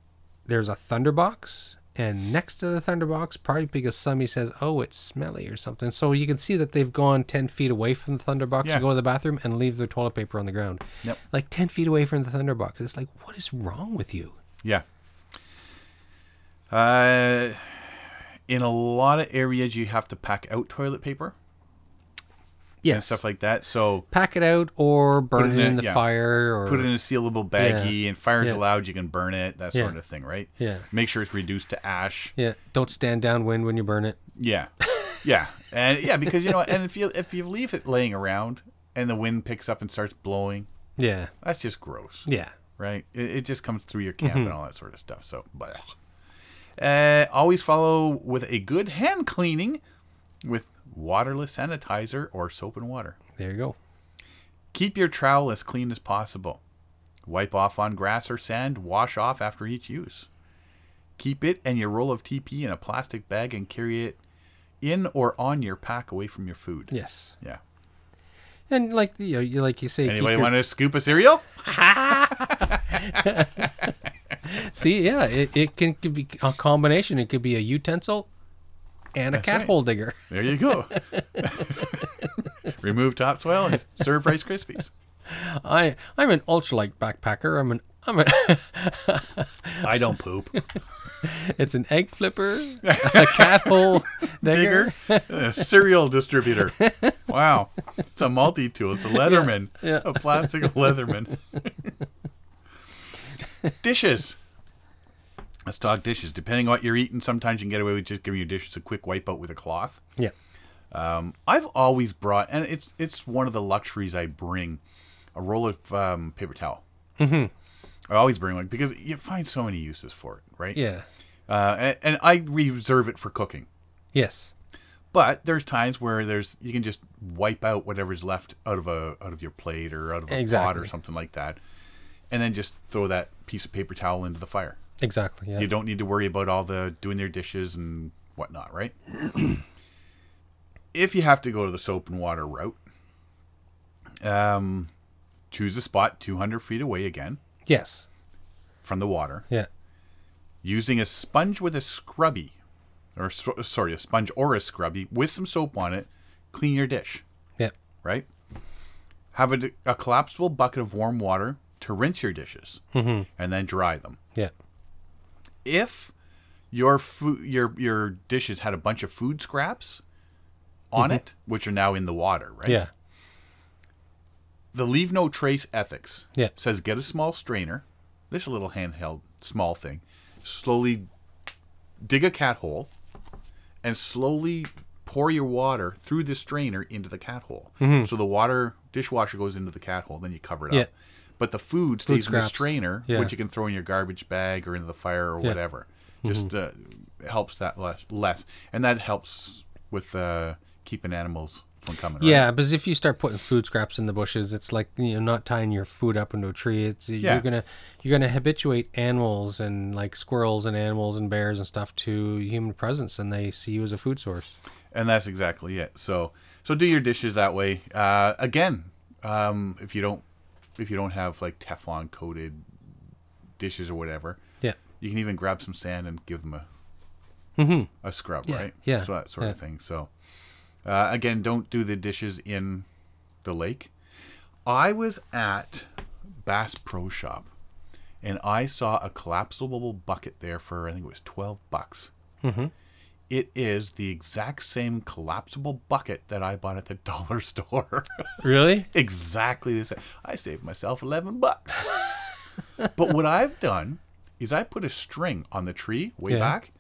S2: there's a thunderbox, and next to the thunderbox, probably because somebody says, "Oh, it's smelly" or something, so you can see that they've gone ten feet away from the thunderbox
S1: Yeah.
S2: to go to the bathroom and leave their toilet paper on the ground.
S1: Yep.
S2: Like ten feet away from the thunderbox. It's like, what is wrong with you?
S1: Yeah. Uh, in a lot of areas, you have to pack out toilet paper and
S2: Yes.
S1: stuff like that. So
S2: Pack it out or burn
S1: it
S2: it,
S1: in
S2: in
S1: a-
S2: the
S1: yeah.
S2: fire or
S1: put it in a sealable baggie, and fire's
S2: Yeah.
S1: allowed. You can burn it, that sort
S2: Yeah.
S1: of thing, right?
S2: Yeah.
S1: Make sure it's reduced to ash.
S2: Yeah. Don't stand downwind when you burn it.
S1: Yeah, yeah, and yeah, because you know, and if you if you leave it laying around and the wind picks up and starts blowing,
S2: Yeah.
S1: that's just gross.
S2: Yeah.
S1: right? It, it just comes through your camp and
S2: Mm-hmm.
S1: all that sort of stuff. So, blech. Uh, always follow with a good hand cleaning with waterless sanitizer or soap and water.
S2: There you go.
S1: Keep your trowel as clean as possible. Wipe off on grass or sand. Wash off after each use. Keep it and your roll of TP in a plastic bag and carry it in or on your pack away from your food.
S2: Yes.
S1: Yeah.
S2: And like you, know, you like you say, keep
S1: Anybody
S2: your-
S1: want to scoop a cereal?
S2: see, yeah, it, it can, could be a combination. It could be a utensil and a cat
S1: right.
S2: hole digger.
S1: There you go. Remove topsoil and serve Rice Krispies.
S2: I I'm an ultralight backpacker. I'm an I'm an
S1: I don't poop.
S2: it's an egg flipper, a cat hole digger.
S1: a uh, cereal distributor. Wow. It's a multi tool. It's a Leatherman.
S2: yeah.
S1: A plastic Leatherman. dishes. Let's talk dishes. Depending on what you're eating, sometimes you can get away with just giving your dishes a quick wipe out with a cloth.
S2: Yeah.
S1: I've always brought, and it's it's one of the luxuries I bring, a roll of um, paper towel. Mm-hmm. I always bring one because you find so many uses for it, right?
S2: Yeah.
S1: Uh, and, and I reserve it for cooking.
S2: Yes.
S1: But there's times where there's you can just wipe out whatever's left out of a out of your plate or out of a pot or
S2: Exactly.
S1: something like that, and then just throw that piece of paper towel into the fire.
S2: Exactly. Yeah.
S1: You don't need to worry about all the doing their dishes and whatnot, right? if you have to go to the soap and water route, um, choose a spot 200 feet away again
S2: Yes.
S1: from the water,
S2: Yeah.
S1: using a sponge with a scrubby, or sw- sorry, a sponge or a scrubby with some soap on it. Clean your dish,
S2: Yeah.
S1: right? Have a, d- a collapsible bucket of warm water to rinse your dishes, and then dry them.
S2: Yeah.
S1: if your food your your dishes had a bunch of food scraps on it which are now in the water right
S2: Yeah.
S1: the leave no trace ethics
S2: Yeah.
S1: says get a small strainer this little handheld small thing slowly dig a cat hole and slowly pour your water through the strainer into the cat hole so the water dishwasher goes into the cat hole then you cover it
S2: Mm-hmm. Yeah.
S1: up but the food stays in the
S2: scraps.
S1: strainer
S2: Yeah.
S1: which you can throw in your garbage bag or into the fire or whatever just uh,
S2: Mm-hmm.
S1: helps that less less and that helps with uh, keeping animals from coming right?
S2: Yeah, because if you start putting food scraps in the bushes, it's like you know not tying your food up into a tree. It's
S1: Yeah.
S2: you're gonna you're gonna habituate animals and like squirrels and animals and bears and stuff to human presence, and they see you as a food source.
S1: and that's exactly it. So so do your dishes that way. Uh, again, um, if you don't if you don't have like Teflon coated dishes or whatever,
S2: Yeah,
S1: you can even grab some sand and give them a a scrub, right?
S2: Mm-hmm. yeah,
S1: so that sort of
S2: yeah.
S1: thing. So uh, again, don't do the dishes in the lake. I was at Bass Pro Shop and I saw a collapsible bucket there for I think it was twelve bucks.
S2: Mm-hmm.
S1: It is the exact same collapsible bucket that I bought at the dollar store.
S2: really?
S1: exactly the same. I saved myself 11 bucks. but what I've done is I put a string on the tree way
S2: Yeah.
S1: back.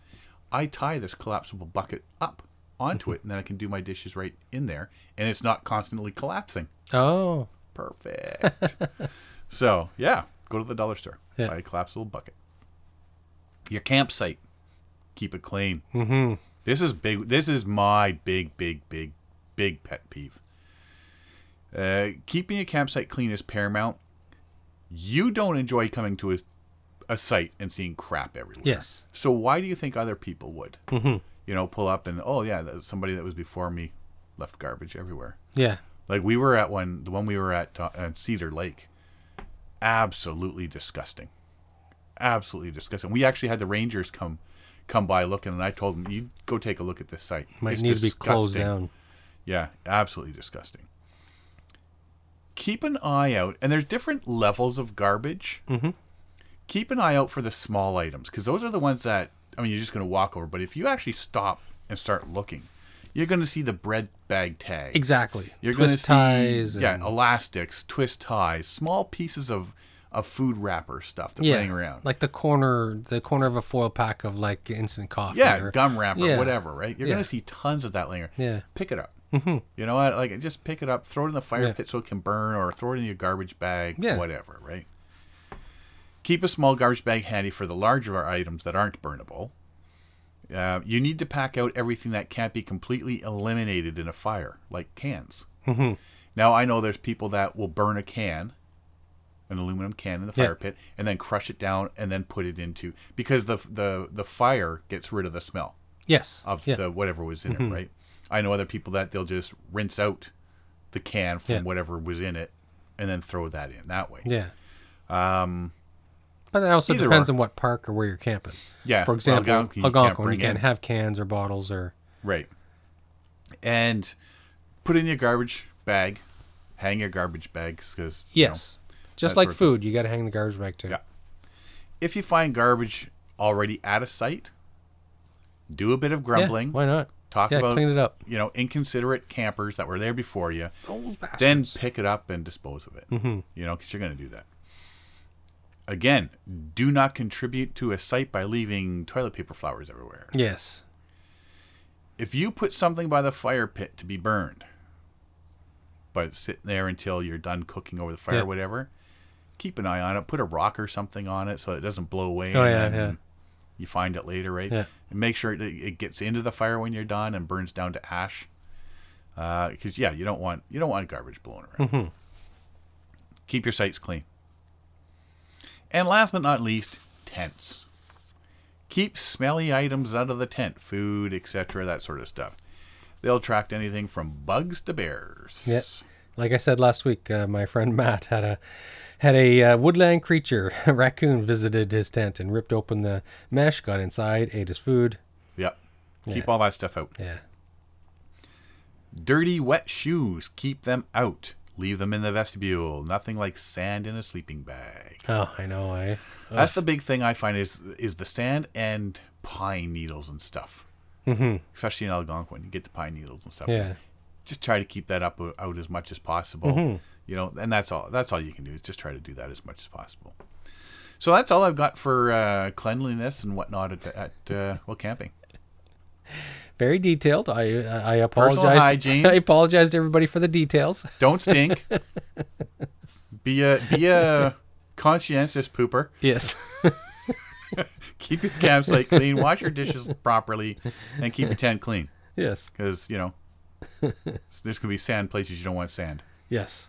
S1: I tie this collapsible bucket up onto it, and then I can do my dishes right in there, and it's not constantly collapsing.
S2: Oh,
S1: Perfect. so, yeah, go to the dollar store,
S2: Yeah.
S1: buy a collapsible bucket. Your campsite, keep it clean. Mm-hmm. This is big. This is my big, big, big, big pet peeve. Uh, keeping your campsite clean is paramount. You don't enjoy coming to a, a site and seeing crap everywhere.
S2: yes,
S1: So why do you think other people would? Mm-hmm. You know, pull up and oh yeah, that- somebody that was before me left garbage everywhere.
S2: yeah,
S1: Like we were at one, the one we were at uh, at Cedar Lake, absolutely disgusting. absolutely disgusting. We actually had the rangers come come by looking, and I told them, "You go take a look at this site.
S2: Might
S1: It's
S2: need to be closed
S1: disgusting."
S2: down.
S1: Yeah, absolutely disgusting. Keep an eye out, and there's different levels of garbage.
S2: Mhm.
S1: Keep an eye out for the small items because those are the ones that I mean you're just going to walk over. But if you actually stop and start looking, you're going to see the bread bag tags.
S2: Exactly.
S1: You're going to
S2: Twist
S1: see
S2: ties.
S1: yeah
S2: and-
S1: elastics, twist ties, small pieces of of food wrapper stuff that's laying around.
S2: Like the corner, the corner of a foil pack of like instant coffee.
S1: yeah,
S2: or-
S1: gum wrapper,
S2: Yeah.
S1: whatever, right? You're
S2: Yeah.
S1: going to see tons of that later.
S2: Yeah.
S1: Pick it up. Mm-hmm. You know what? Like, just pick it up, throw it in the fire
S2: Yeah.
S1: pit so it can burn, or throw it in your garbage bag,
S2: Yeah.
S1: whatever, right? Keep a small garbage bag handy for the larger items that aren't burnable. Uh, you need to pack out everything that can't be completely eliminated in a fire, like cans.
S2: hmm
S1: Now, I know there's people that will burn a can, an aluminum can in the
S2: Yeah.
S1: fire pit, and then crush it down and then put it into because the the the fire gets rid of the smell
S2: Yes.
S1: of
S2: yeah. Mm-hmm.
S1: the whatever was in it, right? I know other people that they'll just rinse out the can from
S2: Yeah.
S1: whatever was in it and then throw that in that way.
S2: yeah. Um, but that also
S1: Um, either
S2: depends
S1: or.
S2: on what park or where you're camping.
S1: Yeah,
S2: For
S1: well,
S2: example,
S1: Algonquin,
S2: Algonquin,
S1: you can't bring
S2: you can't
S1: in.
S2: have cans or bottles or
S1: Right. And put in your garbage bag, hang your garbage bags because
S2: yes, just
S1: that
S2: like
S1: sort of
S2: food, you got to hang the garbage bag too.
S1: Yeah. if you find garbage already at a site, do a bit of
S2: Yeah,
S1: grumbling.
S2: why not?
S1: talk
S2: yeah,
S1: about
S2: clean it up.
S1: you know inconsiderate campers that were there before you.
S2: Those
S1: then pick it up and dispose of it.
S2: Mm-hmm,
S1: You know, because you're going to do that. Again, do not contribute to a site by leaving toilet paper flowers everywhere.
S2: yes,
S1: If you put something by the fire pit to be burned, but it's sitting there until you're done cooking over the fire
S2: Yeah.
S1: or whatever, keep an eye on it. Put a rock or something on it so it doesn't blow away.
S2: Oh,
S1: and
S2: yeah,
S1: then
S2: yeah.
S1: You find it later, right?
S2: Yeah.
S1: And make sure it, it gets into the fire when you're done and burns down to ash. Because yeah, you don't want you don't want garbage blown around.
S2: Mm-hmm.
S1: keep your sites clean. And last but not least, tents. Keep smelly items out of the tent, food, etc., that sort of stuff. They'll attract anything from bugs to bears.
S2: Yep. like I said last week, uh, my friend Matt had a had a uh, woodland creature, a raccoon, visited his tent and ripped open the mesh, got inside, ate his food.
S1: Yep. Keep all that stuff out.
S2: Yeah,
S1: Dirty, wet shoes. Keep them out. Leave them in the vestibule. Nothing like sand in a sleeping bag.
S2: oh, I know, I
S1: That's the big thing I find is is the sand and pine needles and stuff. Mm-hmm. Especially in Algonquin, you get the pine needles and stuff.
S2: yeah.
S1: just try to keep that up uh, out as much as possible. You know, and that's all. That's all you can do is just try to do that as much as possible. So that's all I've got for uh, cleanliness and whatnot at, at uh, well camping.
S2: very detailed. I I apologize.
S1: hygiene.
S2: I apologize to everybody for the details.
S1: Don't stink. be a be a conscientious pooper.
S2: Yes.
S1: Keep your campsite clean. Wash your dishes properly, and keep your tent clean
S2: yes.
S1: because you know there's gonna be sand places you don't want sand.
S2: Yes.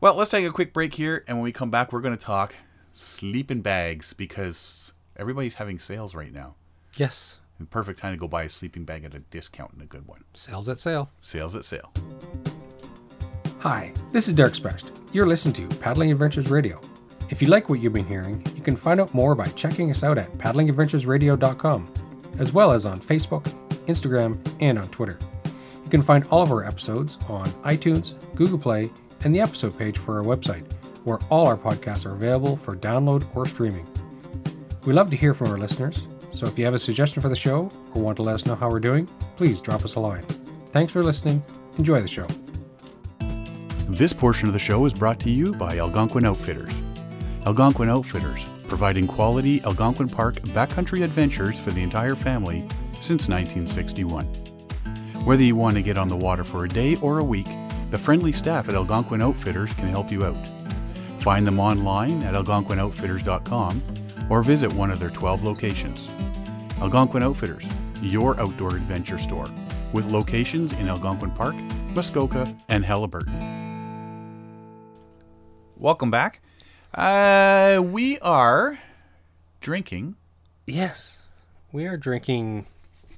S1: Well, let's take a quick break here, and when we come back, we're going to talk sleeping bags because everybody's having sales right now.
S2: Yes.
S1: And perfect time to go buy a sleeping bag at a discount and a good one.
S2: Sales at sale.
S1: Sales at sale.
S2: Hi, this is Derek Sprest. You're listening to Paddling Adventures Radio. If you like what you've been hearing, you can find out more by checking us out at paddlingadventuresradio.com, as well as on Facebook, Instagram, and on Twitter. You can find all of our episodes on iTunes, Google Play, and the episode page for our website, where all our podcasts are available for download or streaming. We love to hear from our listeners, so if you have a suggestion for the show or want to let us know how we're doing, please drop us a line. Thanks for listening. Enjoy the show.
S1: This portion of the show is brought to you by Algonquin Outfitters. Algonquin Outfitters, providing quality Algonquin Park backcountry adventures for the entire family since 1961. Whether you want to get on the water for a day or a week, the friendly staff at Algonquin Outfitters can help you out. Find them online at algonquinoutfitters.com or visit one of their 12 locations. Algonquin Outfitters, your outdoor adventure store, with locations in Algonquin Park, Muskoka, and Halliburton. Welcome back. Uh, we are drinking.
S2: Yes, we are drinking.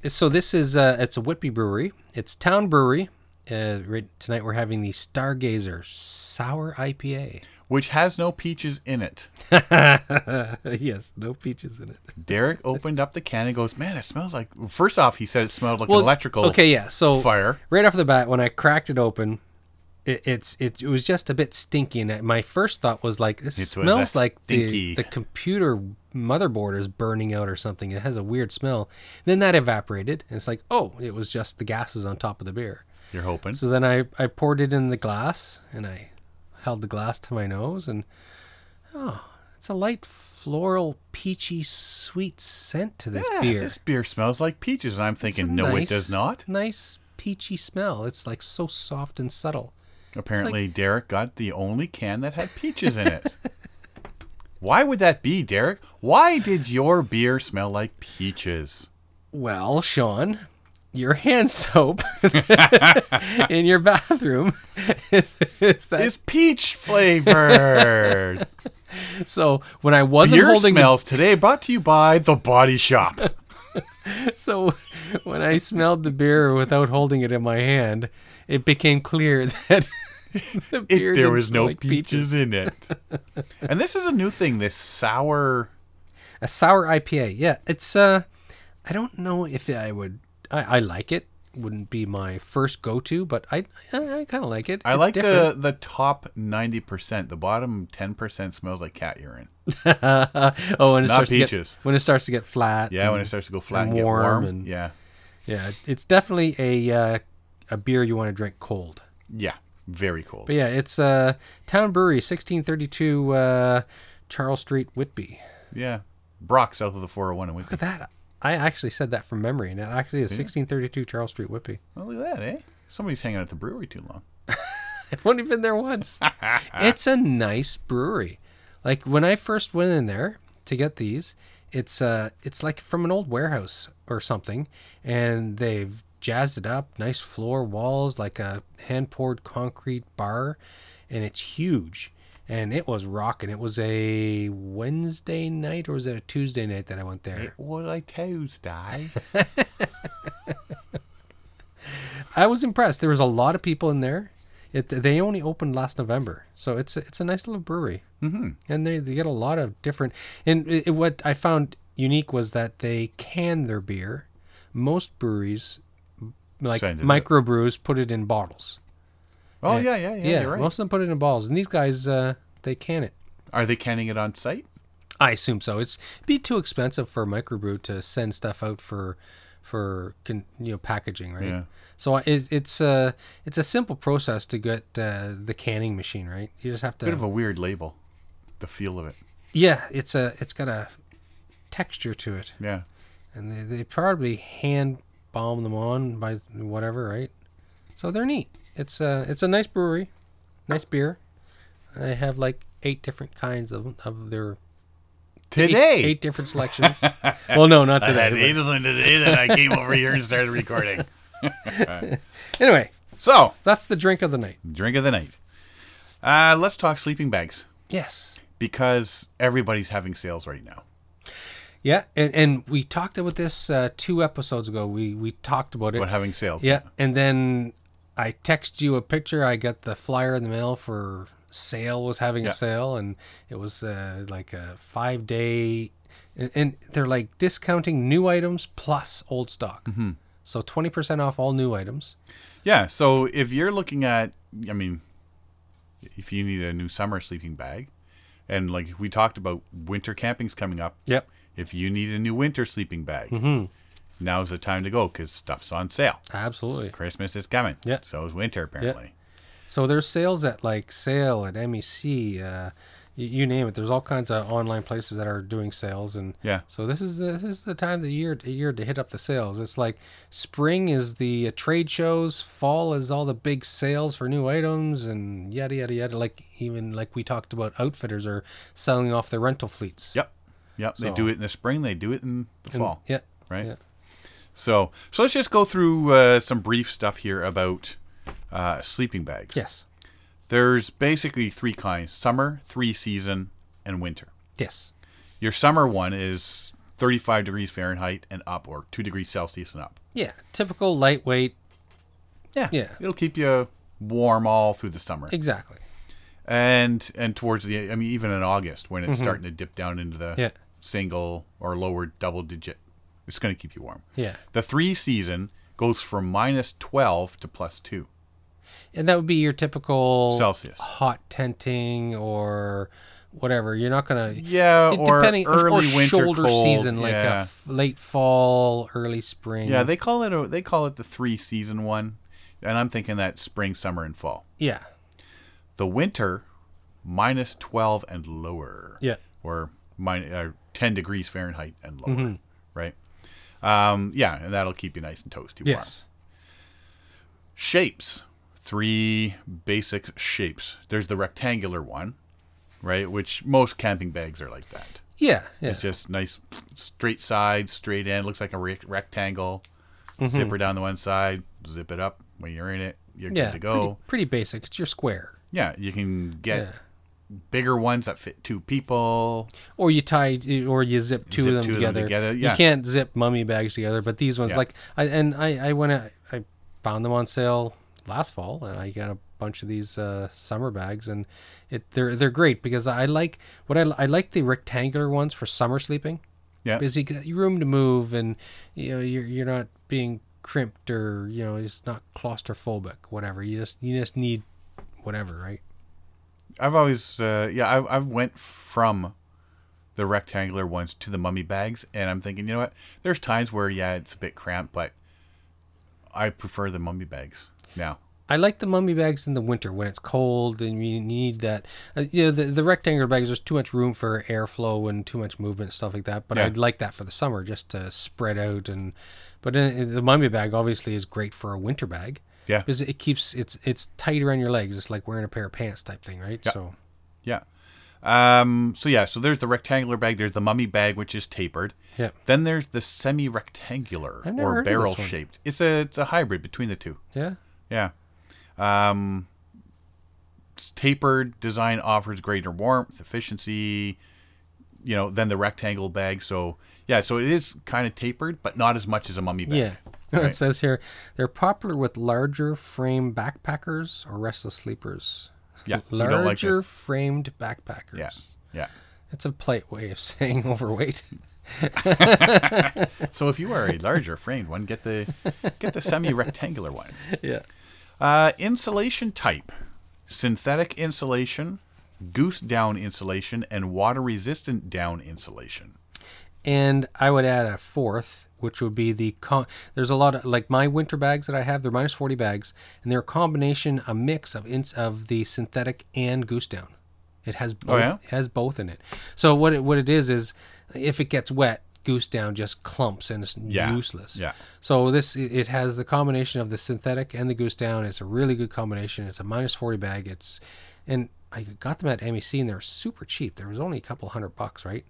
S2: So this is uh, it's a Whitby Brewery. It's Town Brewery. Uh, right, tonight we're having the Stargazer Sour IPA.
S1: which has no peaches in it.
S2: yes, no peaches in it.
S1: Derek opened up the can and goes, "Man, it smells like." First off, he said it smelled like an electrical.
S2: Okay, yeah. So
S1: fire.
S2: right off the bat, when I cracked it open, it, it's it, it was just a bit stinky, and my first thought was like, "This
S1: It was a
S2: smells like the,
S1: stinky.
S2: the computer motherboard is burning out or something. It has a weird smell." Then that evaporated, and it's like, "Oh, it was just the gases on top of the beer."
S1: You're hoping.
S2: So then I, I poured it in the glass and I held the glass to my nose and oh, it's a light floral peachy sweet scent to this
S1: yeah,
S2: beer.
S1: this beer smells like peaches, and I'm
S2: It's a
S1: thinking, no,
S2: nice-
S1: it does not.
S2: Nice peachy smell. It's like so soft and subtle.
S1: Apparently, Derek got the only can that had peaches in it. Why would that be, Derek? Why did your beer smell like peaches?
S2: Well, Sean, your hand soap in your bathroom is, is that
S1: It's peach flavored.
S2: so when I wasn't
S1: beer
S2: holding the
S1: smells today brought to you by The Body Shop.
S2: So when I smelled the beer without holding it in my hand, it became clear that the
S1: It-
S2: beer
S1: there
S2: didn't
S1: was
S2: smell
S1: no
S2: like
S1: peaches, in it. and this is a new thing. This sour.
S2: A sour IPA. Yeah, it's uh I don't know if I would I, I like it. Wouldn't be my first go-to, but I I, I kind of like it.
S1: I
S2: It's
S1: like uh,
S2: different.
S1: the the top ninety percent. The bottom ten percent smells like cat urine.
S2: oh, when it
S1: not
S2: starts to
S1: peaches.
S2: get, when it starts to get flat.
S1: Yeah, when
S2: Mm. and-
S1: it starts to go flat and,
S2: And
S1: get
S2: warm
S1: warm.
S2: and-
S1: yeah,
S2: yeah, it's definitely a uh, a beer you want to drink cold.
S1: yeah, very cold.
S2: But yeah, it's uh, Town Brewery, 1632 uh, Charles Street, Whitby.
S1: Yeah, Brock south of the four hundred one and we.
S2: Look at that. I actually said that from memory, and it actually is 1632 Charles Street, Whitby.
S1: Oh, look at that, eh? Somebody's hanging at the brewery too long.
S2: I've only been there once. it's a nice brewery. Like when I first went in there to get these, it's uh, it's like from an old warehouse or something, and they've jazzed it up, nice floor walls, like a hand poured concrete bar, and it's huge. And it was rocking. It was a Wednesday night or was it a Tuesday night that I went there?
S1: What I Tuesday?
S2: I was impressed. There was a lot of people in there. It they only opened last November, so it's a, it's a nice little brewery, mm-hmm. and they, they get a lot of different. And it, it- what I found unique was that they can their beer. Most breweries, like
S1: Send it up.
S2: microbrews, put it in bottles.
S1: oh yeah, yeah, yeah. you're right.
S2: most of them put it in bottles, and these guys uh, they can it.
S1: Are they canning it on site?
S2: I assume so. It's be too expensive for a microbrew to send stuff out for for con, you know packaging, right?
S1: Yeah.
S2: So it's it's a it's a simple process to get uh, the canning machine, right? You just have to.
S1: Bit of a weird label. The feel of it.
S2: yeah, it's a it's got a texture to it,
S1: Yeah.
S2: and they, they probably hand bomb them on by whatever, right? So they're neat. It's a it's a nice brewery, nice beer. I have like eight different kinds of of their eight,
S1: Today.
S2: eight different selections. well, no, not today. but-
S1: of them today. Then I came over here and started recording.
S2: Anyway,
S1: So,
S2: that's the drink of the night.
S1: drink of the night. Uh, let's talk sleeping bags
S2: Yes.
S1: because everybody's having sales right now.
S2: Yeah, and, and we talked about this uh, two episodes ago. We we talked about it.
S1: But having sales.
S2: Yeah, and then I text you a picture. I got the flyer in the mail for sale was having
S1: Yeah.
S2: a sale, and it was uh, like a five day, and, and they're like discounting new items plus old stock. So twenty percent off all new items.
S1: Yeah. So if you're looking at, I mean, if you need a new summer sleeping bag, and like we talked about, winter camping's coming up.
S2: Yep.
S1: If you need a new winter sleeping bag,
S2: Hmm. Mm-hmm.
S1: now's the time to go because stuff's on sale.
S2: Absolutely.
S1: Christmas is coming.
S2: Yeah.
S1: So is winter apparently.
S2: So there's sales at like Sale at MEC, uh, you, you name it. There's all kinds of online places that are doing sales, and
S1: Yeah.
S2: So this is the, this is the time of the year the year to hit up the sales. It's like spring is the uh, trade shows, fall is all the big sales for new items, and yada yada yada. Like even like we talked about, outfitters are selling off their rental fleets.
S1: Yep. Yep. They
S2: So-
S1: do it in the spring. They do it in the
S2: And-
S1: fall.
S2: Yeah.
S1: right?
S2: Yeah.
S1: So, so let's just go through uh, some brief stuff here about uh, sleeping bags.
S2: Yes.
S1: There's basically three kinds: summer, three season, and winter.
S2: Yes.
S1: Your summer one is 35 degrees Fahrenheit and up, or two degrees Celsius and up.
S2: Yeah. Typical lightweight.
S1: Yeah,
S2: Yeah.
S1: It'll keep you warm all through the summer.
S2: Exactly.
S1: and and towards the I mean even in August when it's starting to dip down into the
S2: Mm-hmm. Yeah.
S1: single or lower double digit, it's going to keep you warm.
S2: Yeah.
S1: The three season goes from minus twelve to plus two.
S2: And that would be your typical
S1: Celsius.
S2: hot tenting or whatever. You're not gonna
S1: Yeah,
S2: it-
S1: Uh, or
S2: depending
S1: early
S2: or
S1: winter
S2: shoulder
S1: cold,
S2: season like uh, a
S1: yeah.
S2: f- late fall, early spring.
S1: Yeah, they call it a, they call it the three season one, and I'm thinking that spring, summer, and fall.
S2: yeah,
S1: The winter, minus twelve and lower.
S2: yeah,
S1: or min- uh, 10 degrees Fahrenheit and lower,
S2: Mm-hmm.
S1: right? Um, yeah, and that'll keep you nice and toasty warm.
S2: yes,
S1: Shapes. Three basic shapes. There's the rectangular one, right? Which most camping bags are like that.
S2: yeah, yeah.
S1: It's just nice straight sides, straight end. Looks like a rec- rectangle.
S2: Mm-hmm.
S1: Zipper down the one side, zip it up when you're in it. You're
S2: yeah,
S1: good to go.
S2: Pretty, pretty basic. It's your square,
S1: Yeah, you can get
S2: Yeah.
S1: bigger ones that fit two people.
S2: or you tie, or you zip two
S1: Zip
S2: of them
S1: two of them
S2: together.
S1: together,
S2: You
S1: yeah.
S2: can't zip mummy bags together, but these ones,
S1: Yeah.
S2: like, I, and I, I went, out- I found them on sale last fall, and I got a bunch of these uh, summer bags, and it they're they're great because I like what I, I like the rectangular ones for summer sleeping.
S1: Yeah.
S2: because you got room to move and you know you're you're not being crimped or you know it's not claustrophobic whatever you just you just need whatever right
S1: I've always, uh, yeah, I've, I've went from the rectangular ones to the mummy bags, and I'm thinking, you know what? There's times where, yeah, it's a bit cramped, but I prefer the mummy bags now.
S2: I like the mummy bags in the winter when it's cold and you need that. Uh, you know, the, the rectangular bags, there's too much room for airflow and too much movement and stuff like that. But
S1: Yeah.
S2: I'd like that for the summer just to spread out. and. But in, the mummy bag obviously is great for a winter bag
S1: Yeah,
S2: because it keeps it's it's tight around your legs. It's like wearing a pair of pants type thing, right? So
S1: yeah. Um, so yeah, so there's the rectangular bag. There's the mummy bag, which is tapered.
S2: yeah,
S1: Then there's the semi-rectangular
S2: I've never
S1: or
S2: heard of this one.
S1: barrel-shaped. It's a it's a hybrid between the two.
S2: yeah,
S1: Yeah. Um, s- tapered design offers greater warmth, efficiency, you know, than the rectangle bag. So, yeah, so it is kind of tapered, but not as much as a mummy bag.
S2: yeah. It
S1: Right.
S2: says here they're popular with larger frame backpackers or restless sleepers.
S1: Yeah, you don't like
S2: larger framed backpackers.
S1: Yeah. Yeah.
S2: It's a polite way of saying overweight.
S1: So if you are a larger framed one, get the get the semi-rectangular one.
S2: yeah.
S1: Uh, insulation type: synthetic insulation, goose down insulation, and water-resistant down insulation.
S2: And I would add a fourth, which would be the con. There's a lot of like my winter bags that I have. They're minus forty bags, and they're a combination, a mix of ins of the synthetic and goose down. It has both.
S1: Oh, yeah?
S2: It has both in it. So what it what it is is, if it gets wet, goose down just clumps and it's
S1: Yeah.
S2: useless.
S1: Yeah.
S2: So this it it has the combination of the synthetic and the goose down. It's a really good combination. It's a minus forty bag. It's and I got them at MEC and they're super cheap. There was only a couple hundred bucks, right?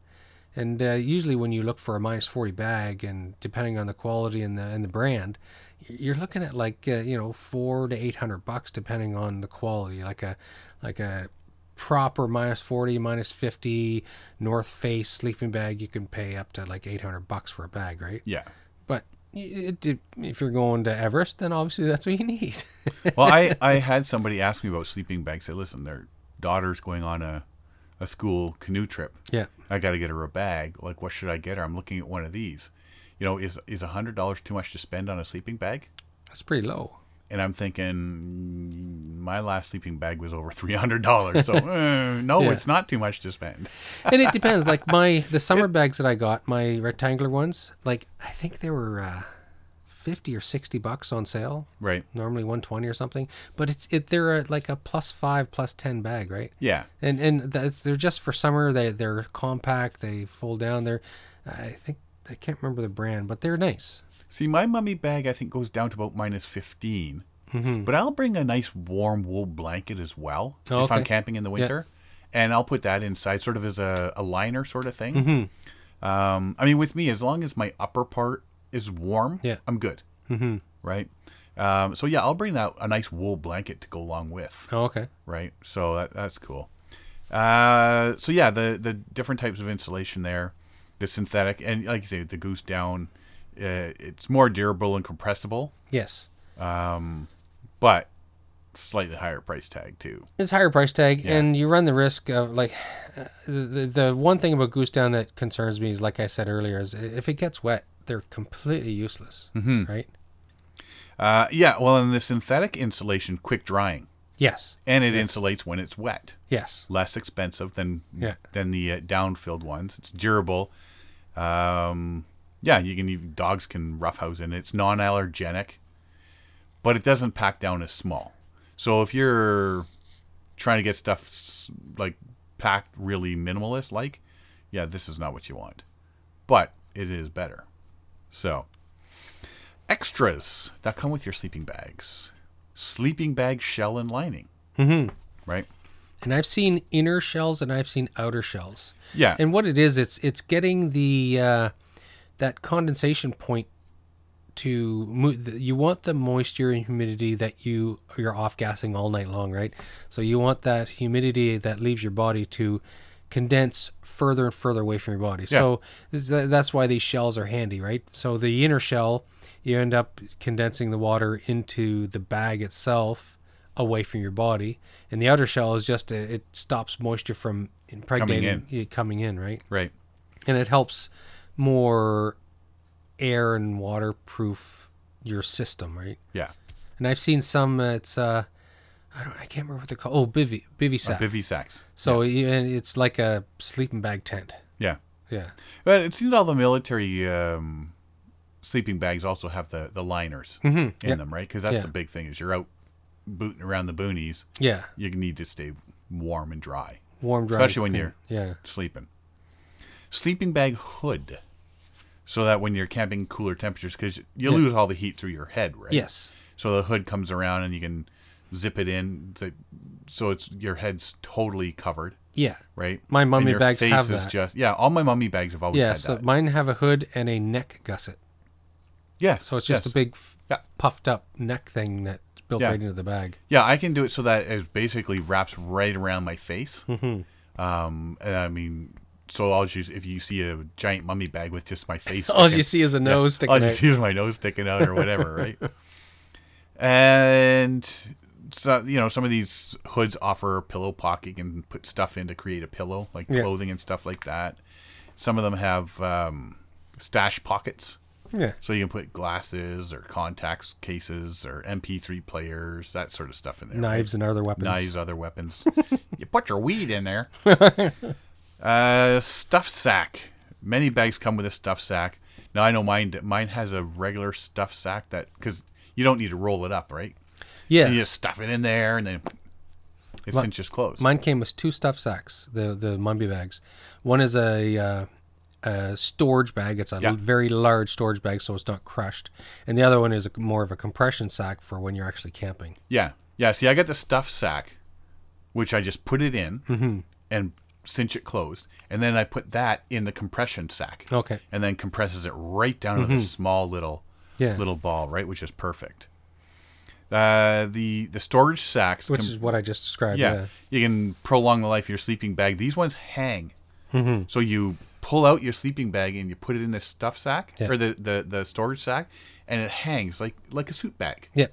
S2: And uh, usually when you look for a minus forty bag, and depending on the quality and the and the brand, you're looking at like uh, you know four to eight hundred bucks depending on the quality. Like a like a proper minus 40 minus 50 north face sleeping bag you can pay up to like 800 bucks for a bag right
S1: Yeah.
S2: but y- it, it, if you're going to Everest, then obviously that's what you need.
S1: well, I, I had somebody ask me about sleeping bags. Say, listen, their daughter's going on a, a school canoe trip.
S2: yeah.
S1: I got to get her a bag. Like, what should I get her? I'm looking at one of these. You know, is is a hundred dollars too much to spend on a sleeping bag?
S2: That's pretty low.
S1: And I'm thinking, mm, my last sleeping bag was over three hundred dollars. So uh, no,
S2: Yeah.
S1: it's not too much to spend.
S2: And it depends. Like my the summer bags that I got, my rectangular ones, like I think they were uh, 50 or 60 bucks on sale.
S1: Right?
S2: Normally 120 or something, but it's it they're a, like a plus 5 plus 10 bag, right?
S1: Yeah.
S2: And and that's, they're just for summer. They they're compact, they fold down. They're I think I can't remember the brand, but they're nice.
S1: See, my mummy bag I think goes down to about minus fifteen. But I'll bring a nice warm wool blanket as well
S2: Mm-hmm. Oh,
S1: if I'm
S2: okay.
S1: camping in the winter, and I'll put that inside, sort of as a, a liner sort of thing.
S2: Mm-hmm.
S1: Um, I mean, with me, as long as my upper part is warm,
S2: Yeah.
S1: I'm good. Mm-hmm. Right. Um, so yeah, I'll bring that a nice wool blanket to go along with.
S2: Oh, okay.
S1: Right. So that, that's cool. Uh, so yeah, the the different types of insulation there, the synthetic and like you say, the goose down. Uh, it's more durable and compressible
S2: Yes.
S1: but slightly higher price tag too.
S2: It's higher price tag,
S1: Yeah.
S2: and you run the risk of like uh, the the one thing about goose down that concerns me is, like I said earlier, is i- if it gets wet, they're completely useless,
S1: Mhm.
S2: right?
S1: Uh, yeah, well, and the synthetic insulation, quick drying,
S2: Yes,
S1: and it insulates when it's wet.
S2: yes,
S1: Less expensive than
S2: Yeah.
S1: than the uh, down-filled ones. It's durable. Um, yeah, you can even dogs can roughhouse in it. It's non-allergenic, but it doesn't pack down as small. So if you're trying to get stuff s- like packed really minimalist, like yeah, this is not what you want, but it is better. So extras that come with your sleeping bags, sleeping bag shell and lining, mm-hmm. right?
S2: and I've seen inner shells and I've seen outer shells,
S1: Yeah,
S2: and what it is, it's it's getting the uh, that condensation point to mo- the- you want the moisture and humidity that you you're off gassing all night long, right? So you want that humidity that leaves your body to condense further and further away from your body.
S1: Yeah.
S2: So this, is- that's why these shells are handy, right? So the inner shell, you end up condensing the water into the bag itself away from your body, and the outer shell is just a, it stops moisture from impregnating it coming in, right?
S1: right.
S2: and it helps more air and waterproof your system, right?
S1: Yeah,
S2: And I've seen some. Uh, it's uh, I don't, I can't remember what they're called. Oh, bivy, bivy sack.
S1: bivy sacks.
S2: so you- and it's like a sleeping bag tent.
S1: Yeah,
S2: Yeah.
S1: but it seems all the military um, sleeping bags also have the the liners in
S2: Mm-hmm. Yeah.
S1: them, right? Because that's
S2: Yeah.
S1: the big thing is you're out booting around the boonies,
S2: Yeah.
S1: you need to stay warm and dry,
S2: Warm, dry.
S1: Especially when
S2: clean.
S1: you're-
S2: Yeah.
S1: sleeping. Sleeping bag hood, so that when you're camping cooler temperatures, because you lose all the heat through your head, right?
S2: Yes.
S1: So the hood comes around and you can zip it in, so- so it's your head's totally covered,
S2: Yeah.
S1: right?
S2: My
S1: And
S2: mummy
S1: your
S2: bags
S1: face
S2: have
S1: is
S2: that.
S1: just yeah. All my mummy bags have always
S2: Yeah.
S1: had
S2: So
S1: that.
S2: mine have a hood and a neck gusset.
S1: Yeah.
S2: So it's just
S1: yes.
S2: a big f-
S1: Yeah.
S2: puffed up neck thing that's built
S1: Yeah.
S2: right into the bag.
S1: Yeah, I can do it so that it basically wraps right around my face.
S2: Mm-hmm.
S1: Um, and I mean, so I'll just if you see a giant mummy bag with just my face,
S2: All
S1: sticking-
S2: you see is a nose sticking
S1: all you
S2: out.
S1: see is my nose sticking out or whatever, right? And so you know, some of these hoods offer a pillow pocket. You can put stuff in to create a pillow, like
S2: Yeah.
S1: clothing and stuff like that. Some of them have um, stash pockets.
S2: yeah.
S1: So you can put glasses or contacts cases or MP3 players, that sort of stuff in there. right?
S2: Knives and other weapons.
S1: Knives, other weapons. you put your weed in there. uh, stuff sack. Many bags come with a stuff sack. Now I know mine. Mine has a regular stuff sack that because you don't need to roll it up, right?
S2: Yeah.
S1: You just stuff it in there and then it
S2: Mi-
S1: cinches closed.
S2: Mine came with two stuff sacks, the the mummy bags. One is a, uh, a storage bag. It's a
S1: Yeah.
S2: very large storage bag, so it's not crushed. And the other one is a, more of a compression sack for when you're actually camping.
S1: yeah, yeah. See, I got the stuff sack, which I just put it in
S2: Mm-hmm.
S1: and cinch it closed, and then I put that in the compression sack.
S2: Okay.
S1: and then compresses it right down
S2: Mm-hmm.
S1: to this small little
S2: Yeah.
S1: little ball, right, which is perfect. Uh, the the storage sacks,
S2: Which
S1: com-
S2: is what I just described.
S1: yeah,
S2: Yeah.
S1: you can prolong the life of your sleeping bag. These ones hang,
S2: Mm-hmm.
S1: so you pull out your sleeping bag and you put it in this stuff sack
S2: Yeah.
S1: or the, the the storage sack, and it hangs like like a suit bag,
S2: Yeah.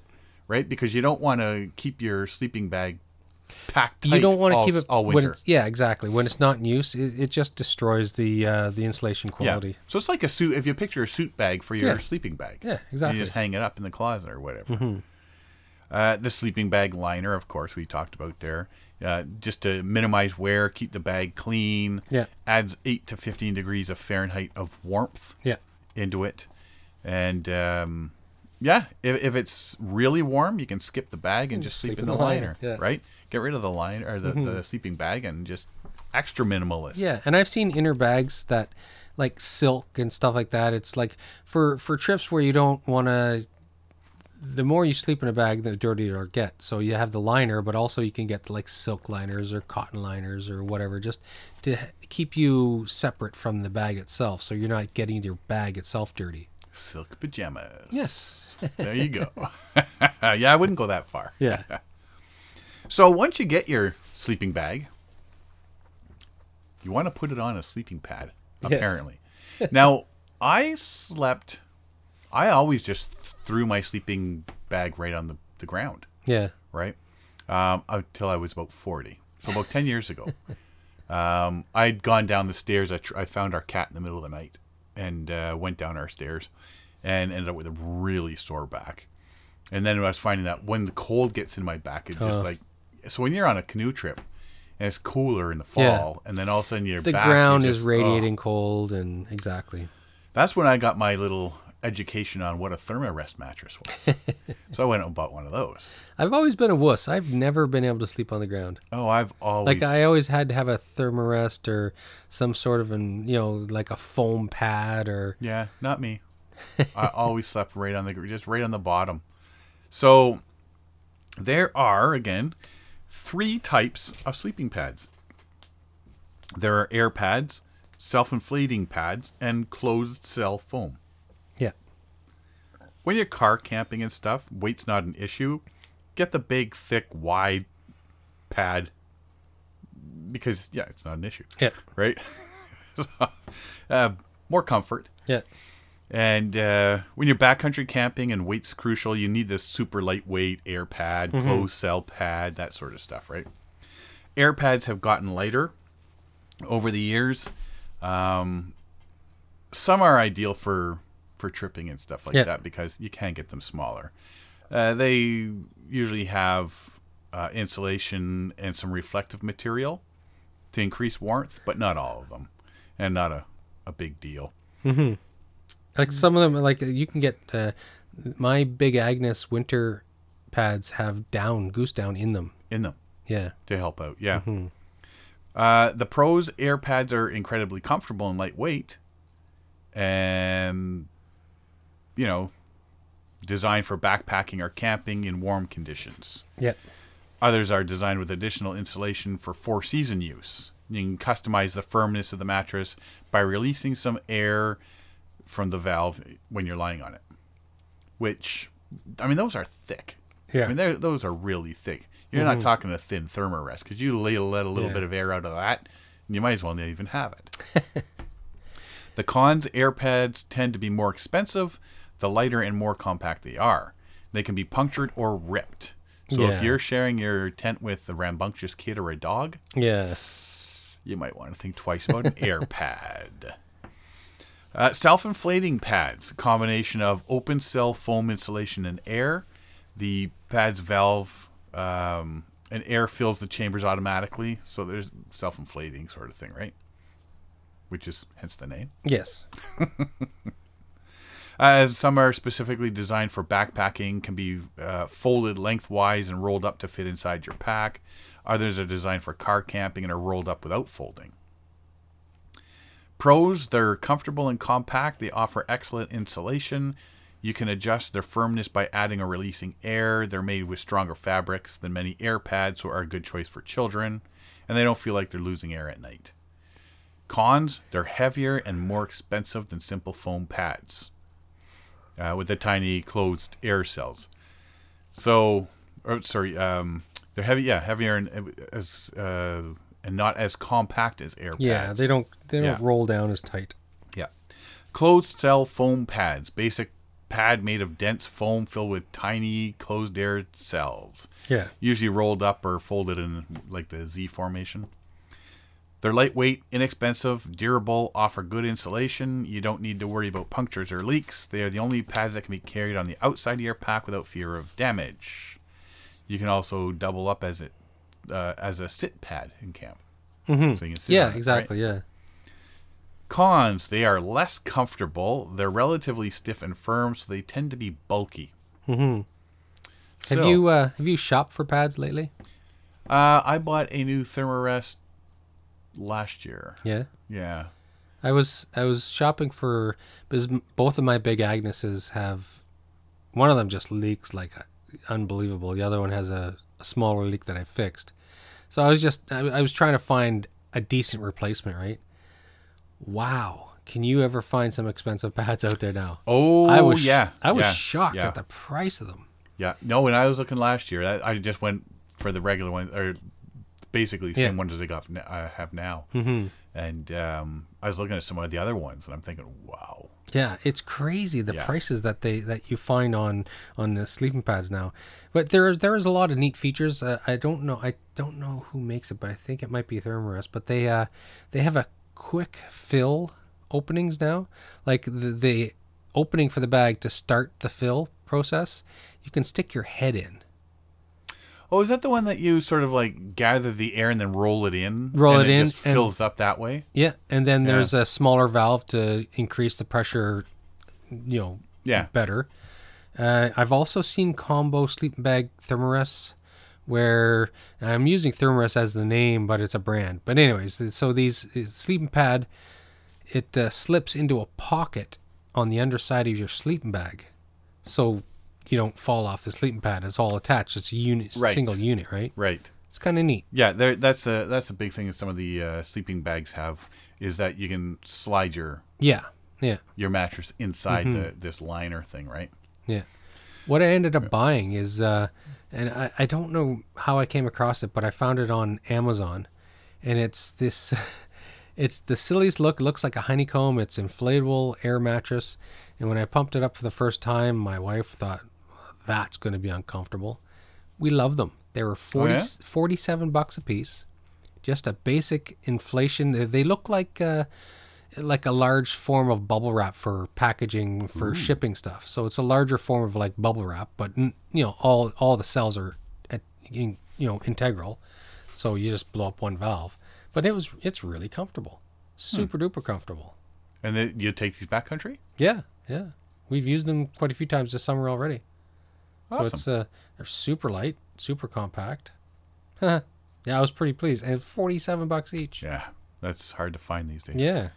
S1: right? Because you don't want to keep your sleeping bag packed.
S2: You
S1: tight
S2: don't want to
S1: all-
S2: keep it
S1: all
S2: when
S1: winter.
S2: it's- yeah, exactly. When it's not in use, it, it just destroys the uh, the insulation quality.
S1: So it's like a suit. If you picture a suit bag for your
S2: Yeah.
S1: sleeping bag,
S2: Yeah, exactly.
S1: You just hang it up in the closet or whatever. Uh, the sleeping bag liner, of course, we talked about there, uh, just to minimize wear, keep the bag clean.
S2: Yeah.
S1: adds eight to fifteen degrees of Fahrenheit of warmth
S2: Yeah.
S1: into it, and um, yeah, if, if it's really warm, you can skip the bag and just sleep, in the, liner,
S2: yeah.
S1: right? Get rid of the liner or the, the sleeping bag and just extra minimalist.
S2: Yeah, and I've seen inner bags that like silk and stuff like that. It's like for for trips where you don't want to the more you sleep in a bag, the dirtier it'll get. So you have the liner, but also you can get like silk liners or cotton liners or whatever, just to h- keep you separate from the bag itself, so you're not getting your bag itself dirty.
S1: Silk pajamas.
S2: Yes.
S1: There you go. yeah, I wouldn't go that far.
S2: Yeah.
S1: So once you get your sleeping bag, you want to put it on a sleeping pad,
S2: Yes.
S1: apparently. now, I slept, I always just threw my sleeping bag right on the, the ground,
S2: yeah.
S1: right? um, until I was about 40. So about 10 years ago, um, I'd gone down the stairs. I, tr- I found our cat in the middle of the night and uh, went down our stairs and ended up with a really sore back. And then I was finding that when the cold gets in my back, it just
S2: Oh.
S1: like so when you're on a canoe trip and it's cooler in the
S2: Yeah.
S1: fall, and then all of a sudden your
S2: The
S1: back,
S2: ground
S1: you're
S2: is
S1: just- oh.
S2: radiating cold and exactly.
S1: That's when I got my little education on what a thermarest mattress was. so I went out and bought one of those.
S2: I've always been a wuss. I've never been able to sleep on the ground.
S1: Oh, I've always
S2: Like I always had to have a thermarest or some sort of an you know like a foam pad or
S1: Yeah, not me. I always slept right on the gr- just right on the bottom. So there are again three types of sleeping pads. There are air pads, self-inflating pads, and closed cell foam.
S2: yeah
S1: When you're car camping and stuff, weight's not an issue. Get the big, thick, wide pad because yeah, it's not an issue,
S2: yeah
S1: right? So, uh, more comfort.
S2: yeah
S1: And uh, when you're backcountry camping and weight's crucial, you need this super lightweight air pad, closed cell pad, that sort of stuff, right? Air pads have gotten lighter over the years. Um, some are ideal for for tripping and stuff like
S2: Yeah.
S1: that because you can get them smaller. Uh, they usually have uh, insulation and some reflective material to increase warmth, but not all of them, and not a, a big deal.
S2: like some of them like you can get uh, my big Agnes winter pads have down goose down in them
S1: In them,
S2: yeah
S1: to help out. Yeah. Uh, the pros air pads are incredibly comfortable and lightweight, and you know, designed for backpacking or camping in warm conditions.
S2: yeah
S1: Others are designed with additional insulation for four season use. You can customize the firmness of the mattress by releasing some air from the valve when you're lying on it. Which, I mean, those are thick.
S2: Yeah. Mm-hmm.
S1: I mean, they're- those are really thick. You're not talking a thin thermarest because you lay, let a little
S2: Yeah.
S1: bit of air out of that, and you might as well not even have it. The cons air pads tend to be more expensive the lighter and more compact they are. They can be punctured or ripped. So
S2: Yeah.
S1: if you're sharing your tent with a rambunctious kid or a dog,
S2: yeah
S1: you might want to think twice about an air pad. Uh, Self inflating pads, a combination of open cell foam insulation and air. The pad's valve um, and air fills the chambers automatically. So there's self inflating sort of thing, right? Which is hence the name.
S2: yes
S1: Uh, some are specifically designed for backpacking, can be uh, folded lengthwise and rolled up to fit inside your pack. Others are designed for car camping and are rolled up without folding. Pros, they're comfortable and compact. They offer excellent insulation. You can adjust their firmness by adding or releasing air. They're made with stronger fabrics than many air pads, so are a good choice for children. And they don't feel like they're losing air at night. Cons, they're heavier and more expensive than simple foam pads uh, with the tiny closed air cells. So, or, sorry, um, they're heavy. Yeah, heavier and uh, as uh, and not as compact as air
S2: yeah
S1: pads.
S2: they don't they don't
S1: Yeah.
S2: roll down as tight
S1: Yeah. Closed cell foam pads, basic pad made of dense foam filled with tiny closed air cells,
S2: yeah
S1: usually rolled up or folded in like the Z formation. They're lightweight, inexpensive, durable, offer good insulation. You don't need to worry about punctures or leaks. They are the only pads that can be carried on the outside of your pack without fear of damage. You can also double up as it uh, as a sit pad in camp. So you can sit on
S2: Mm-hmm. yeah
S1: it, right?
S2: exactly yeah
S1: Cons, they are less comfortable. They're relatively stiff and firm, so they tend to be bulky. Mm-hmm.
S2: have you uh, have you shopped for pads lately
S1: Uh, I bought a new Thermarest last year.
S2: yeah
S1: Yeah.
S2: I was I was shopping for because m- both of my big Agneses have one of them just leaks like unbelievable. The other one has a, a smaller leak that I fixed. So I was just I, I was trying to find a decent replacement, right? Wow, can you ever find some expensive pads out there now?
S1: Oh,
S2: I was
S1: yeah.
S2: I was
S1: yeah,
S2: shocked
S1: yeah,
S2: at the price of them.
S1: Yeah. No, when I was looking last year, I, I just went for the regular one, or basically the same
S2: Yeah.
S1: ones as I got n- I have now. Mm-hmm. And um, I was looking at some of the other ones, and I'm thinking, wow,
S2: Yeah, it's crazy the
S1: Yeah.
S2: prices that they that you find on on the sleeping pads now. But there is there is a lot of neat features. Uh, I don't know I don't know who makes it, but I think it might be Thermarest. But they uh they have a quick fill openings now, like the, the opening for the bag to start the fill process. You can stick your head in.
S1: Oh, is that the one that you sort of like gather the air and then roll it in?
S2: Roll
S1: and
S2: it in
S1: just
S2: and-
S1: fills up that way.
S2: Yeah, and then there's a smaller valve to increase the pressure. You know,
S1: Yeah.
S2: better. Uh, I've also seen combo sleeping bag thermarests where and I'm using thermarest as the name, but it's a brand. But anyways, th- so these uh, sleeping pad, it uh, slips into a pocket on the underside of your sleeping bag, so you don't fall off the sleeping pad. It's all attached. It's a unit,
S1: Right.
S2: single unit, right?
S1: Right.
S2: It's kind of neat.
S1: Yeah, there, that's a that's a big thing that some of the uh, sleeping bags have is that you can slide your
S2: Yeah, yeah.
S1: your mattress inside
S2: Mm-hmm.
S1: the this liner thing, right?
S2: Yeah. What I ended up buying is, uh, and I, I don't know how I came across it, but I found it on Amazon, and it's this, it's the silliest look. Looks like a honeycomb. It's inflatable air mattress, and when I pumped it up for the first time, my wife thought that's going to be uncomfortable. We love them. They were 40,
S1: yeah?
S2: 47 bucks a piece. Just a basic inflation. They- They look like uh, like a large form of bubble wrap for packaging for shipping stuff. So it's a larger form of like bubble wrap, but n- you know all all the cells are at, in, you know integral. So you just blow up one valve. But it was it's really comfortable. Super duper comfortable.
S1: And then you take these back country.
S2: Yeah, yeah. We've used them quite a few times this summer already. So
S1: Awesome.
S2: it's uh, they're super light, super compact. yeah, I was pretty pleased. And forty-seven bucks each. Yeah.
S1: yeah, that's hard to find these days.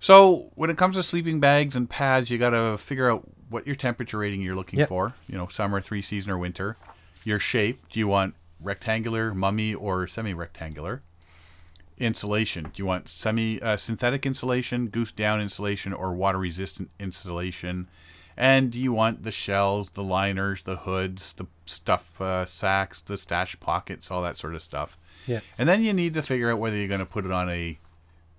S1: So when it comes to sleeping bags and pads, you got to figure out what your temperature rating you're looking
S2: Yep.
S1: for. You know, summer, three season, or winter. Your shape. Do you want rectangular, mummy, or semi-rectangular? Insulation. Do you want semi uh, synthetic insulation, goose down insulation, or water resistant insulation? And do you want the shells, the liners, the hoods, the stuff uh, sacks, the stash pockets, all that sort of stuff?
S2: Yeah.
S1: And then you need to figure out whether you're going to put it on a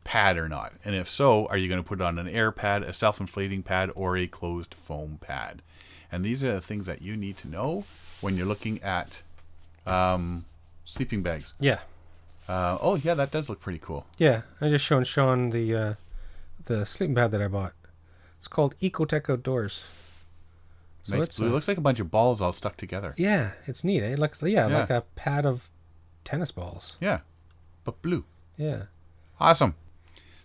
S1: pad or not. And if so, are you going to put it on an air pad, a self inflating pad, or a closed foam pad? And these are the things that you need to know when you're looking at um, sleeping bags.
S2: Yeah.
S1: Uh, oh, yeah, that does look pretty cool.
S2: Yeah, I just shown Sean the uh, the sleeping pad that I bought. It's called Ecotech Outdoors. So
S1: nice
S2: it's,
S1: blue.
S2: uh,
S1: looks like a bunch of balls all stuck together.
S2: Yeah, it's neat. Eh? It looks yeah,
S1: Yeah.
S2: like a pad of tennis balls.
S1: Yeah, but blue.
S2: Yeah.
S1: Awesome.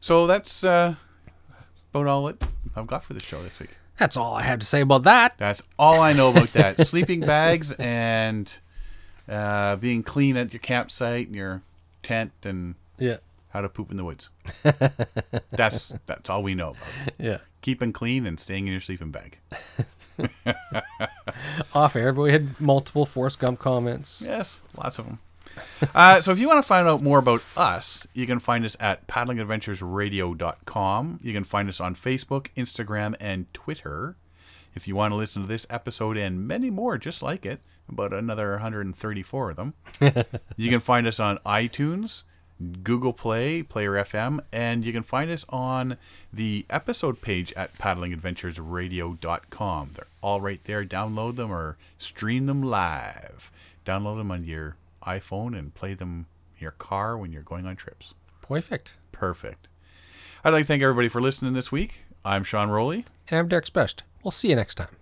S1: So that's uh, about all it I've got for the show this week.
S2: That's all I have to say about that.
S1: That's all I know about that. Sleeping bags and uh, being clean at your campsite and your tent and
S2: Yeah.
S1: how to poop in the woods. that's that's all we know about. it.
S2: Yeah.
S1: Keeping clean and staying in your sleeping bag.
S2: Off air, but we had multiple Forrest Gump comments.
S1: Yes, lots of them. Uh, so if you want to find out more about us, you can find us at paddlingadventuresradio.com. You can find us on Facebook, Instagram, and Twitter. If you want to listen to this episode and many more just like it, about another 134 of them, you can find us on iTunes, Google Play, Player FM, and you can find us on the episode page at paddlingadventuresradio.com. They're all right there. Download them or stream them live. Download them on your iPhone and play them in your car when you're going on trips.
S2: Perfect.
S1: Perfect. I'd like to thank everybody for listening this week. I'm Sean Rowley.
S2: And I'm Derek Specht. We'll see you next time.